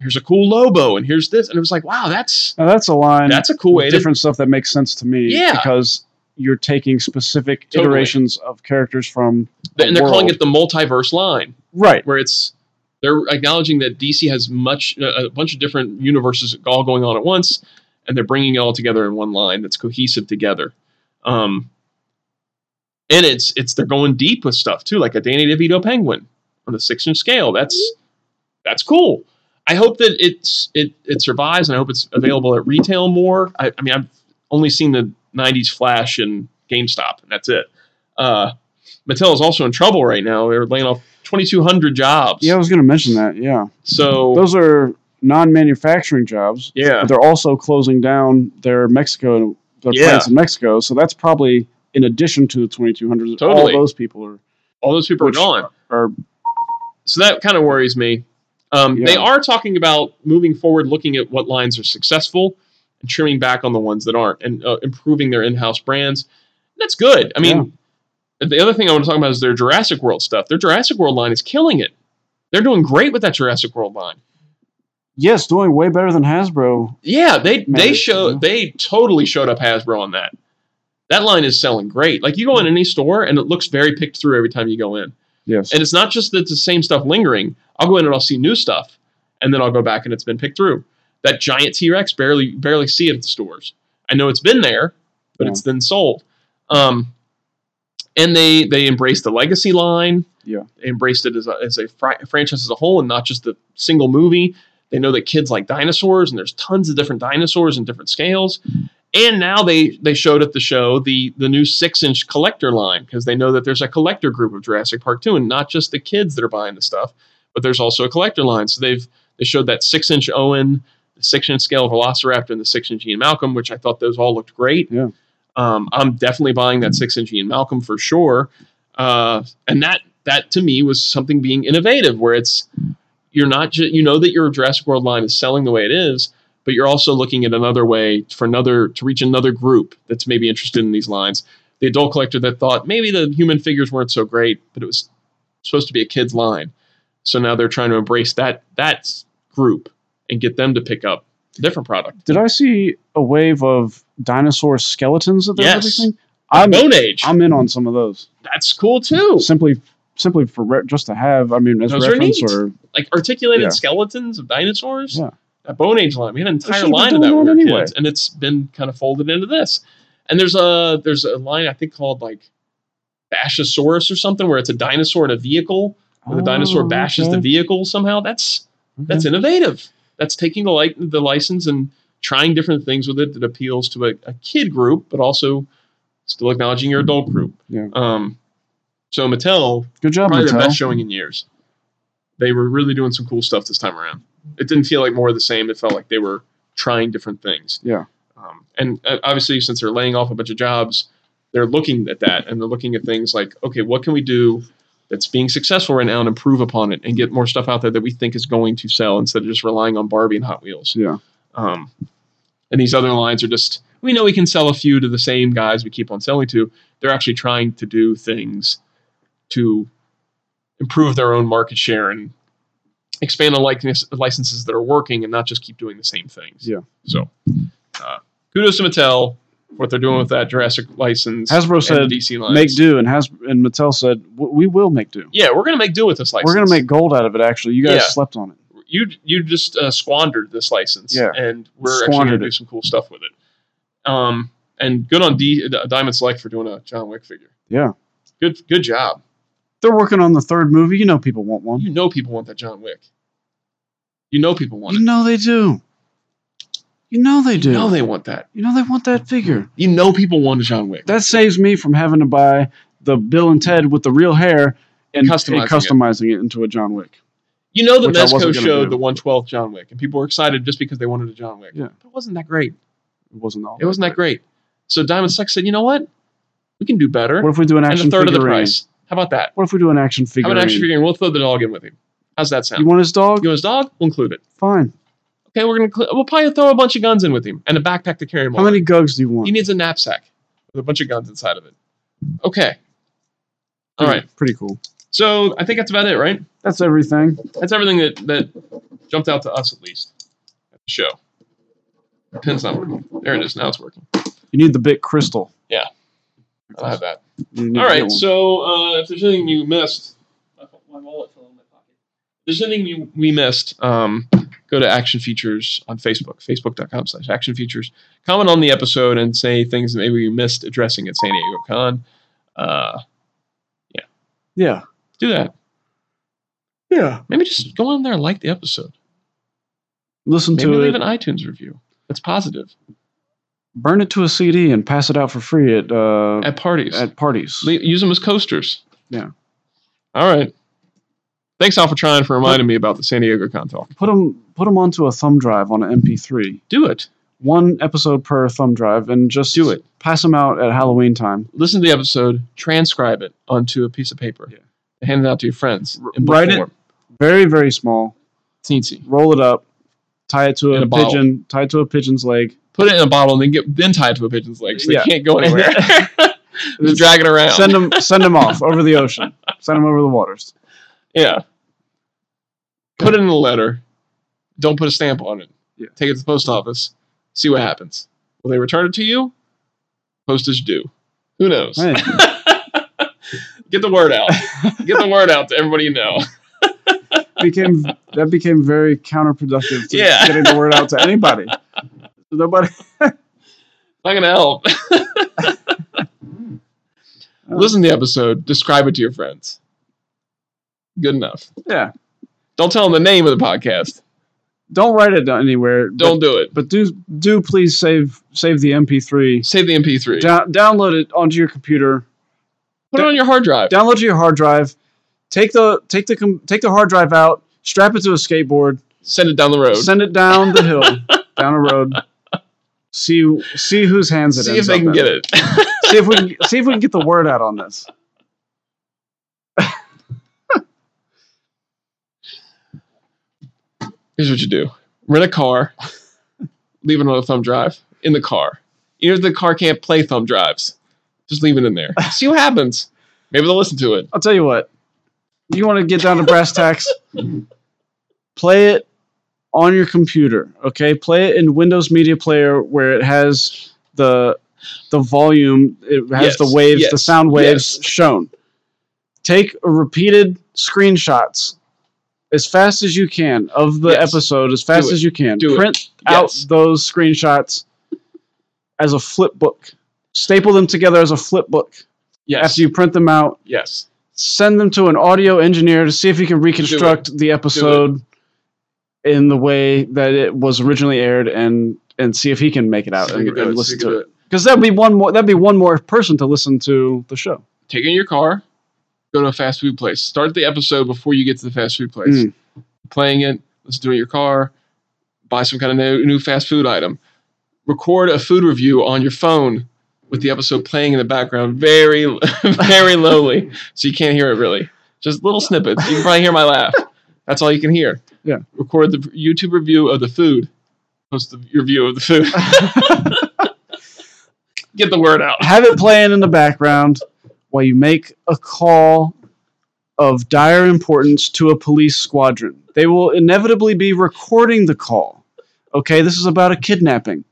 A: Here's a cool Lobo, and here's this, and it was like, wow, that's
B: now that's a line.
A: that's a cool
B: with
A: way to.
B: different stuff that makes sense to me.
A: Yeah.
B: because you're taking specific
A: Totally.
B: iterations of characters from
A: And they're calling
B: world.
A: it the multiverse line.
B: right.
A: where it's they're acknowledging that DC has much a a bunch of different universes all going on at once, and they're bringing it all together in one line that's cohesive together. Um, and it's it's they're going deep with stuff too, like a Danny DeVito penguin on the six inch scale. That's that's cool. I hope that it's it it survives, and I hope it's available at retail more. I, I mean, I've only seen the '90s Flash and GameStop, and that's it. Uh, Mattel is also in trouble right now. They're laying off 2,200 jobs.
B: Yeah, I was going to mention that. Yeah,
A: So
B: those are non-manufacturing jobs.
A: yeah,
B: But they're also closing down their Mexico, their
A: Yeah.
B: plants in Mexico. So that's probably in addition to the 2,200.
A: Totally.
B: All those people are
A: all those people are
B: Which-
A: gone.
B: are
A: So that kind of worries me. Um, They
B: Yeah.
A: are talking about moving forward, looking at what lines are successful and trimming back on the ones that aren't, and uh, improving their in-house brands. That's good. I mean, the other thing I want to talk about is their Jurassic World stuff. Their Jurassic World line is killing it. They're doing great with that Jurassic World line.
B: yes doing way better than Hasbro.
A: Yeah, they they
B: Matters,
A: show
B: yeah.
A: they totally showed up Hasbro on that. That line is selling great. Like you go
B: Mm-hmm.
A: in any store and it looks very picked through every time you go in.
B: Yes.
A: And it's not just that it's the same stuff lingering. I'll go in and I'll see new stuff, and then I'll go back and it's been picked through. That giant T Rex barely barely see it at the stores. I know it's been there, but
B: Yeah.
A: it's then sold. Um, and they they embraced the legacy line.
B: Yeah.
A: they embraced it as a, as a fri- franchise as a whole, and not just the single movie. They know that kids like dinosaurs, and there's tons of different dinosaurs and different scales. And now they they showed at the show the the new six inch collector line because they know that there's a collector group of Jurassic Park too, and not just the kids that are buying the stuff, but there's also a collector line. So they've they showed that six inch Owen, the six inch scale Velociraptor, and the six inch Ian Malcolm, which I thought those all looked great.
B: Yeah.
A: Um, I'm definitely buying that six inch Ian Malcolm for sure. Uh, and that that to me was something being innovative, where it's you're not ju- you know that your Jurassic World line is selling the way it is, but you're also looking at another way for another to reach another group that's maybe interested in these lines. The adult collector that thought maybe the human figures weren't so great, but it was supposed to be a kid's line. So now they're trying to embrace that that group and get them to pick up a different product.
B: Did I see a wave of dinosaur skeletons that they're
A: Yes.
B: releasing? I'm
A: Bone Age,
B: I'm in on some of those
A: that's cool too.
B: simply simply for re- just to have. I mean, as
A: Those are
B: reference
A: neat.
B: or
A: Like articulated
B: Yeah.
A: skeletons of dinosaurs.
B: Yeah.
A: That Bone Age line, we had an
B: should
A: entire
B: have been
A: line of that
B: doing
A: when we
B: that
A: were
B: anyway.
A: kids, and it's been kind of folded into this. And there's a there's a line I think called like Bashosaurus or something, where it's a dinosaur in a vehicle, where the dinosaur
B: Oh,
A: bashes
B: okay.
A: the vehicle somehow. That's
B: Okay.
A: That's innovative. That's taking the like the license and trying different things with it that appeals to a, a kid group, but also still acknowledging your adult group.
B: Yeah.
A: Um, so Mattel,
B: good job,
A: probably their
B: Mattel.
A: best showing in years. They were really doing some cool stuff this time around. It didn't feel like more of the same. It felt like they were trying different things.
B: Yeah.
A: Um, and uh, obviously, since they're laying off a bunch of jobs, they're looking at that and they're looking at things like, okay, what can we do that's being successful right now and improve upon it and get more stuff out there that we think is going to sell instead of just relying on Barbie and Hot Wheels.
B: Yeah.
A: Um, and these other lines are just, we know we can sell a few to the same guys we keep on selling to. They're actually trying to do things to improve their own market share and expand on likeness, licenses that are working and not just keep doing the same things.
B: Yeah.
A: So uh, kudos to Mattel for what they're doing with that Jurassic license.
B: Hasbro
A: and
B: said,
A: DC lines.
B: Make do, and has and Mattel said "W- we will make do.
A: Yeah, we're gonna make do with this license.
B: We're gonna make gold out of it. Actually, you guys
A: Yeah.
B: slept on it.
A: you you just uh, squandered this license.
B: Yeah.
A: and we're actually
B: Squandered
A: gonna do
B: it.
A: some cool stuff with it. Um, and good on D, Diamond Select for doing a John Wick figure.
B: Yeah.
A: Good good job.
B: They're working on the third movie. You know, people want one.
A: You know people want that John Wick. You know people want
B: You know they do. You know they
A: it.
B: do.
A: You know they want that.
B: You know they want that figure.
A: You know people want a John Wick.
B: That saves me from having to buy the Bill and Ted with the real hair and
A: Customizing
B: and customizing it. into a John Wick.
A: You know that
B: Which I
A: Mezco
B: wasn't gonna
A: showed
B: do.
A: the 112th John Wick, and people were excited just because they wanted a John Wick.
B: Yeah.
A: But it wasn't that great.
B: It wasn't all.
A: It wasn't that great. So Diamond Select said, you know what? We can do better.
B: What if we do an
A: and
B: action
A: a third of
B: figurine?
A: the price. How about that?
B: What if we do an action
A: How
B: figurine?
A: about an action figurine? We'll throw the dog in with him. How's that sound?
B: You want his dog?
A: You want his dog? We'll include it.
B: Fine.
A: Okay, we're gonna cl- we'll probably throw a bunch of guns in with him and a backpack to carry him.
B: How
A: all
B: many gugs do you
A: in.
B: want?
A: He needs a knapsack with a bunch of guns inside of it. Okay. All
B: Pretty-
A: right.
B: Pretty cool.
A: So I think that's about it, right?
B: That's everything.
A: That's everything that that jumped out to us at least at the show. The pin's not working. There it is. Now it's working.
B: You need the bit crystal.
A: Yeah. I don't have that.
B: You need
A: All
B: to get one.
A: right. So uh, if there's anything you missed, my, my wallet fell in my pocket. If there's anything you, we missed, um, go to Action Features on Facebook, facebook.com slash Action Features. Comment on the episode and say things that maybe you missed addressing at San Diego Con. Uh,
B: Yeah.
A: do that.
B: Yeah.
A: Maybe just go on there and like the episode.
B: Listen
A: Maybe
B: to
A: leave an
B: it.
A: iTunes review. That's positive.
B: burn it to a CD and pass it out for free at uh, at,
A: At parties.
B: parties.
A: Le- use them as coasters.
B: Yeah.
A: All right. Thanks, Al, for trying for reminding me about the San Diego Con talk.
B: Put them put them onto a thumb drive on an MP3.
A: Do it.
B: One episode per thumb drive, and just
A: Do it.
B: Pass them out at Halloween time.
A: Listen to the episode, transcribe it onto a piece of paper,
B: Yeah.
A: and hand it out to your friends.
B: R-
A: in book
B: write it-
A: form.
B: Very very small.
A: It's easy.
B: Roll it up. Tie it to
A: In
B: a,
A: a bottle.
B: pigeon. Tie it to a pigeon's leg.
A: Put it in a bottle and then get then tie it to a pigeon's leg so they
B: Yeah.
A: can't go anywhere. Just drag it around.
B: Send them send them off over the ocean. Send them over the waters.
A: Yeah. Put it in a letter. Don't put a stamp on it.
B: Yeah.
A: Take it to the post office. See what happens. Will they return it to you? Postage due. Who knows?
B: Hey.
A: Get the word out. Get the word out to everybody you know.
B: became that became very counterproductive to
A: Yeah.
B: getting the word out to anybody. Nobody.
A: Not gonna help. Listen to the episode. Describe it to your friends. Good enough.
B: Yeah.
A: Don't tell them the name of the podcast.
B: Don't write it down anywhere. but-
A: Don't do it.
B: but do do please save save the MP3.
A: Save the MP3.
B: Down, download it onto your computer.
A: Put it on your hard drive.
B: Download it to your hard drive. Take the take the com- take the hard drive out. Strap it to a skateboard.
A: Send it down the road.
B: Send it down the hill, down a road. See see whose hands it
A: See if
B: ends
A: they
B: up
A: can
B: in.
A: get it.
B: See if we can, see if we can get the word out on this.
A: here's what you do rent a car leave it on a thumb drive in the car even if the car can't play thumb drives just leave it in there see what happens maybe they'll listen to it
B: I'll tell you what. You want to get down to brass tacks? play it on your computer, okay? Play it in Windows Media Player where it has the the volume, it has
A: Yes,
B: the waves, the
A: yes,
B: sound waves
A: yes.
B: shown. Take repeated screenshots as fast as you can of the
A: Yes.
B: episode, as fast
A: it.
B: as you can.
A: Do it.
B: Print
A: Yes.
B: out those screenshots as a flip book. Staple them together as a flip book.
A: yes
B: After you print them out,
A: yes
B: send them to an audio engineer to see if he can reconstruct the episode in the way that it was originally aired and and see if he can make it out
A: See if you can
B: and,
A: do
B: and
A: it. See
B: listen
A: if you can
B: to
A: do
B: it. Because that'd be one more that'd be one more person to listen to the show.
A: take it in your car go to a fast food place start the episode before you get to the fast food place
B: Mm.
A: playing it listen to it in your car buy some kind of new, new fast food item record a food review on your phone with the episode playing in the background very very lowly so you can't hear it really just little snippets you can probably hear my laugh that's all you can hear
B: Yeah.
A: record the youtube review of the food post the, your view of the food get the word out
B: Have it playing in the background while you make a call of dire importance to a police squadron. They will inevitably be recording the call. Okay, this is about a kidnapping.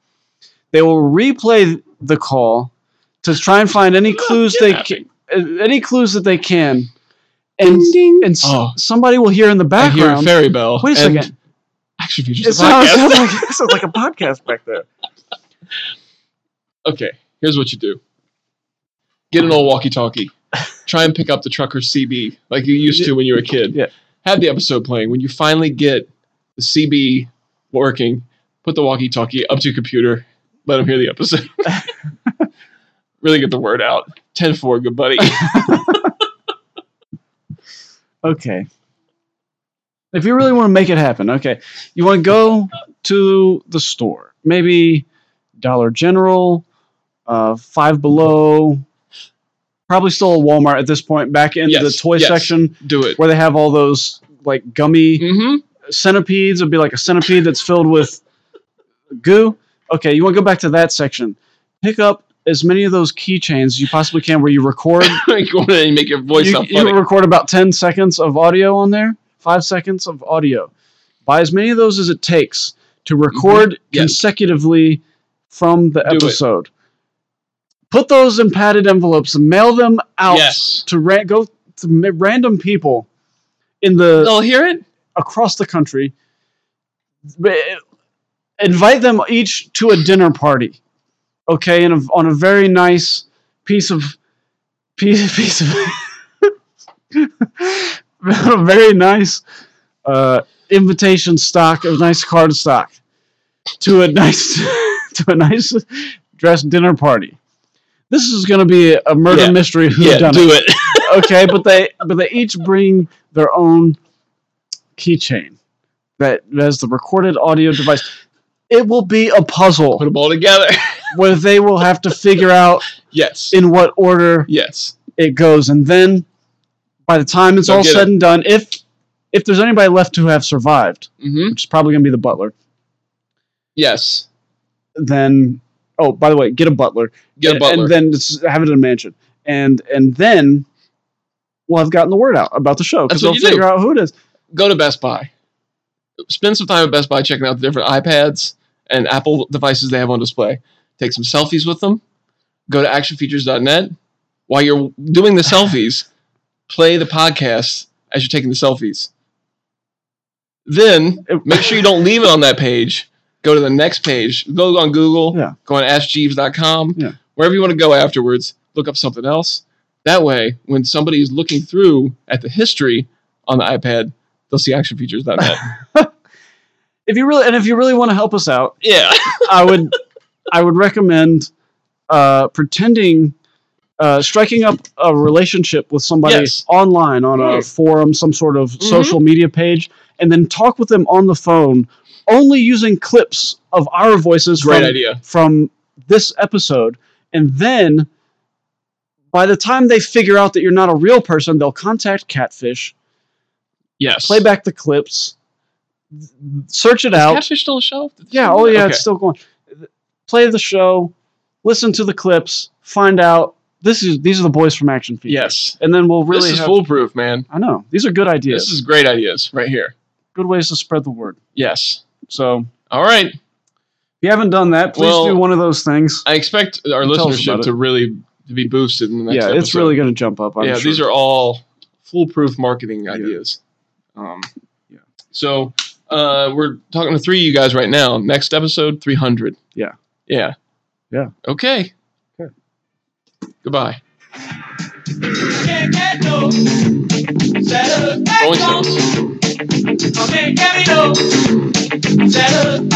B: They will replay the call to try and find any clues they can.
A: Kidnapping.
B: uh, any clues that they can, and and s-
A: Oh.
B: somebody will hear in the
A: i hear a
B: background.
A: fairy bell
B: Wait a
A: and
B: second,
A: action features
B: it
A: the podcast.
B: sounds, sounds like it sounds like a podcast back there.
A: okay, here's what you do. Get an old walkie-talkie. Try and pick up the trucker's CB like you used to when you were a kid.
B: Yeah.
A: Have the episode playing. When you finally get the CB working, put the walkie-talkie up to your computer. Let them hear the episode. really get the word out. 10-4, good buddy.
B: Okay, if you really want to make it happen, okay, you want to go to the store, maybe Dollar General, uh, Five Below, probably still a Walmart at this point. Back into the
A: Yes,
B: toy
A: yes.
B: section
A: Do it.
B: where they have all those like gummy.
A: Mm-hmm.
B: centipedes would be like a centipede that's filled with goo. Okay, you want to go back to that section. Pick up as many of those keychains as you possibly can where you record.
A: you want to make your voice
B: you,
A: sound
B: you
A: funny.
B: record about 10 seconds of audio on there, five seconds of audio. Buy as many of those as it takes to record
A: Mm-hmm. Yes.
B: consecutively from the
A: Do it.
B: episode. Put those in padded envelopes and mail them out
A: yes.
B: to ra- go to ma- random people in the
A: They'll hear it.
B: across the country but invite them each to a dinner party, okay, and on a very nice piece of piece piece of a very nice uh, invitation stock of nice card stock to a nice to a nice dress dinner party. This is going to be a murder
A: Yeah.
B: mystery who
A: yeah,
B: done
A: do it.
B: okay, but they but they each bring their own keychain that has the recorded audio device. It will be a
A: Put
B: puzzle
A: them all together.
B: where they will have to figure out
A: yes.
B: in what order
A: yes.
B: it goes, and then by the time it's
A: They'll
B: all
A: get
B: said and done, if if there's anybody left who have survived,
A: Mm-hmm.
B: which is probably going to be the butler,
A: Yes.
B: then oh, by the way, get a butler,
A: Get a
B: And-
A: butler.
B: and then it's, have it in a mansion, and and then we'll have gotten the word out about the show
A: That's
B: because they'll
A: what you do.
B: figure out who it is.
A: Go to Best Buy. Spend some time at Best Buy checking out the different iPads and Apple devices they have on display. Take some selfies with them. Go to actionfeatures.net. While you're doing the selfies, play the podcast as you're taking the selfies. Then
B: It-
A: make sure you don't leave it on that page. Go to the next page. Go on Google.
B: Yeah.
A: Go on AskJeeves.com.
B: Yeah.
A: Wherever you want to go afterwards, look up something else. That way, when somebody is looking through at the history on the iPad, they'll see actionfeatures.net.
B: if you really and if you really want to help us out,
A: yeah.
B: I would I would recommend uh, pretending uh, striking up a relationship with somebody
A: Yes. Mm-hmm.
B: online on a
A: Mm.
B: forum, some sort of social media page, and then talk with them on the phone, only using clips of our voices
A: Great
B: from,
A: idea.
B: from this episode, and then by the time they figure out that you're not a real person, they'll contact Catfish,
A: Yes.
B: play back the clips, search it
A: Is
B: out,
A: Catfish still on the shelf?
B: yeah. Oh, yeah.
A: Okay.
B: It's still going. Play the show, listen to the clips, find out. This is these are the boys from Action Feature.
A: Yes.
B: And then we'll really.
A: this is
B: have-
A: foolproof, man.
B: I know these are good ideas.
A: This is great ideas right here.
B: good ways to spread the word.
A: Yes.
B: So if
A: All right.
B: you haven't done that, please
A: Well,
B: do one of those things.
A: I expect our
B: Tell us
A: listenership
B: about it.
A: to really to be boosted in the
B: Yeah,
A: next
B: it's
A: episode.
B: really going to jump up. I'm
A: yeah,
B: sure.
A: these are all foolproof marketing ideas. Um,
B: Yeah.
A: So uh, we're talking to three of you guys right now. Next episode, 300.
B: Yeah.
A: Yeah.
B: Yeah.
A: Okay.
B: Okay.
A: Goodbye.
C: can't get no
A: Rolling
C: satisfaction.
A: Stones.
C: I can't get no satisfaction.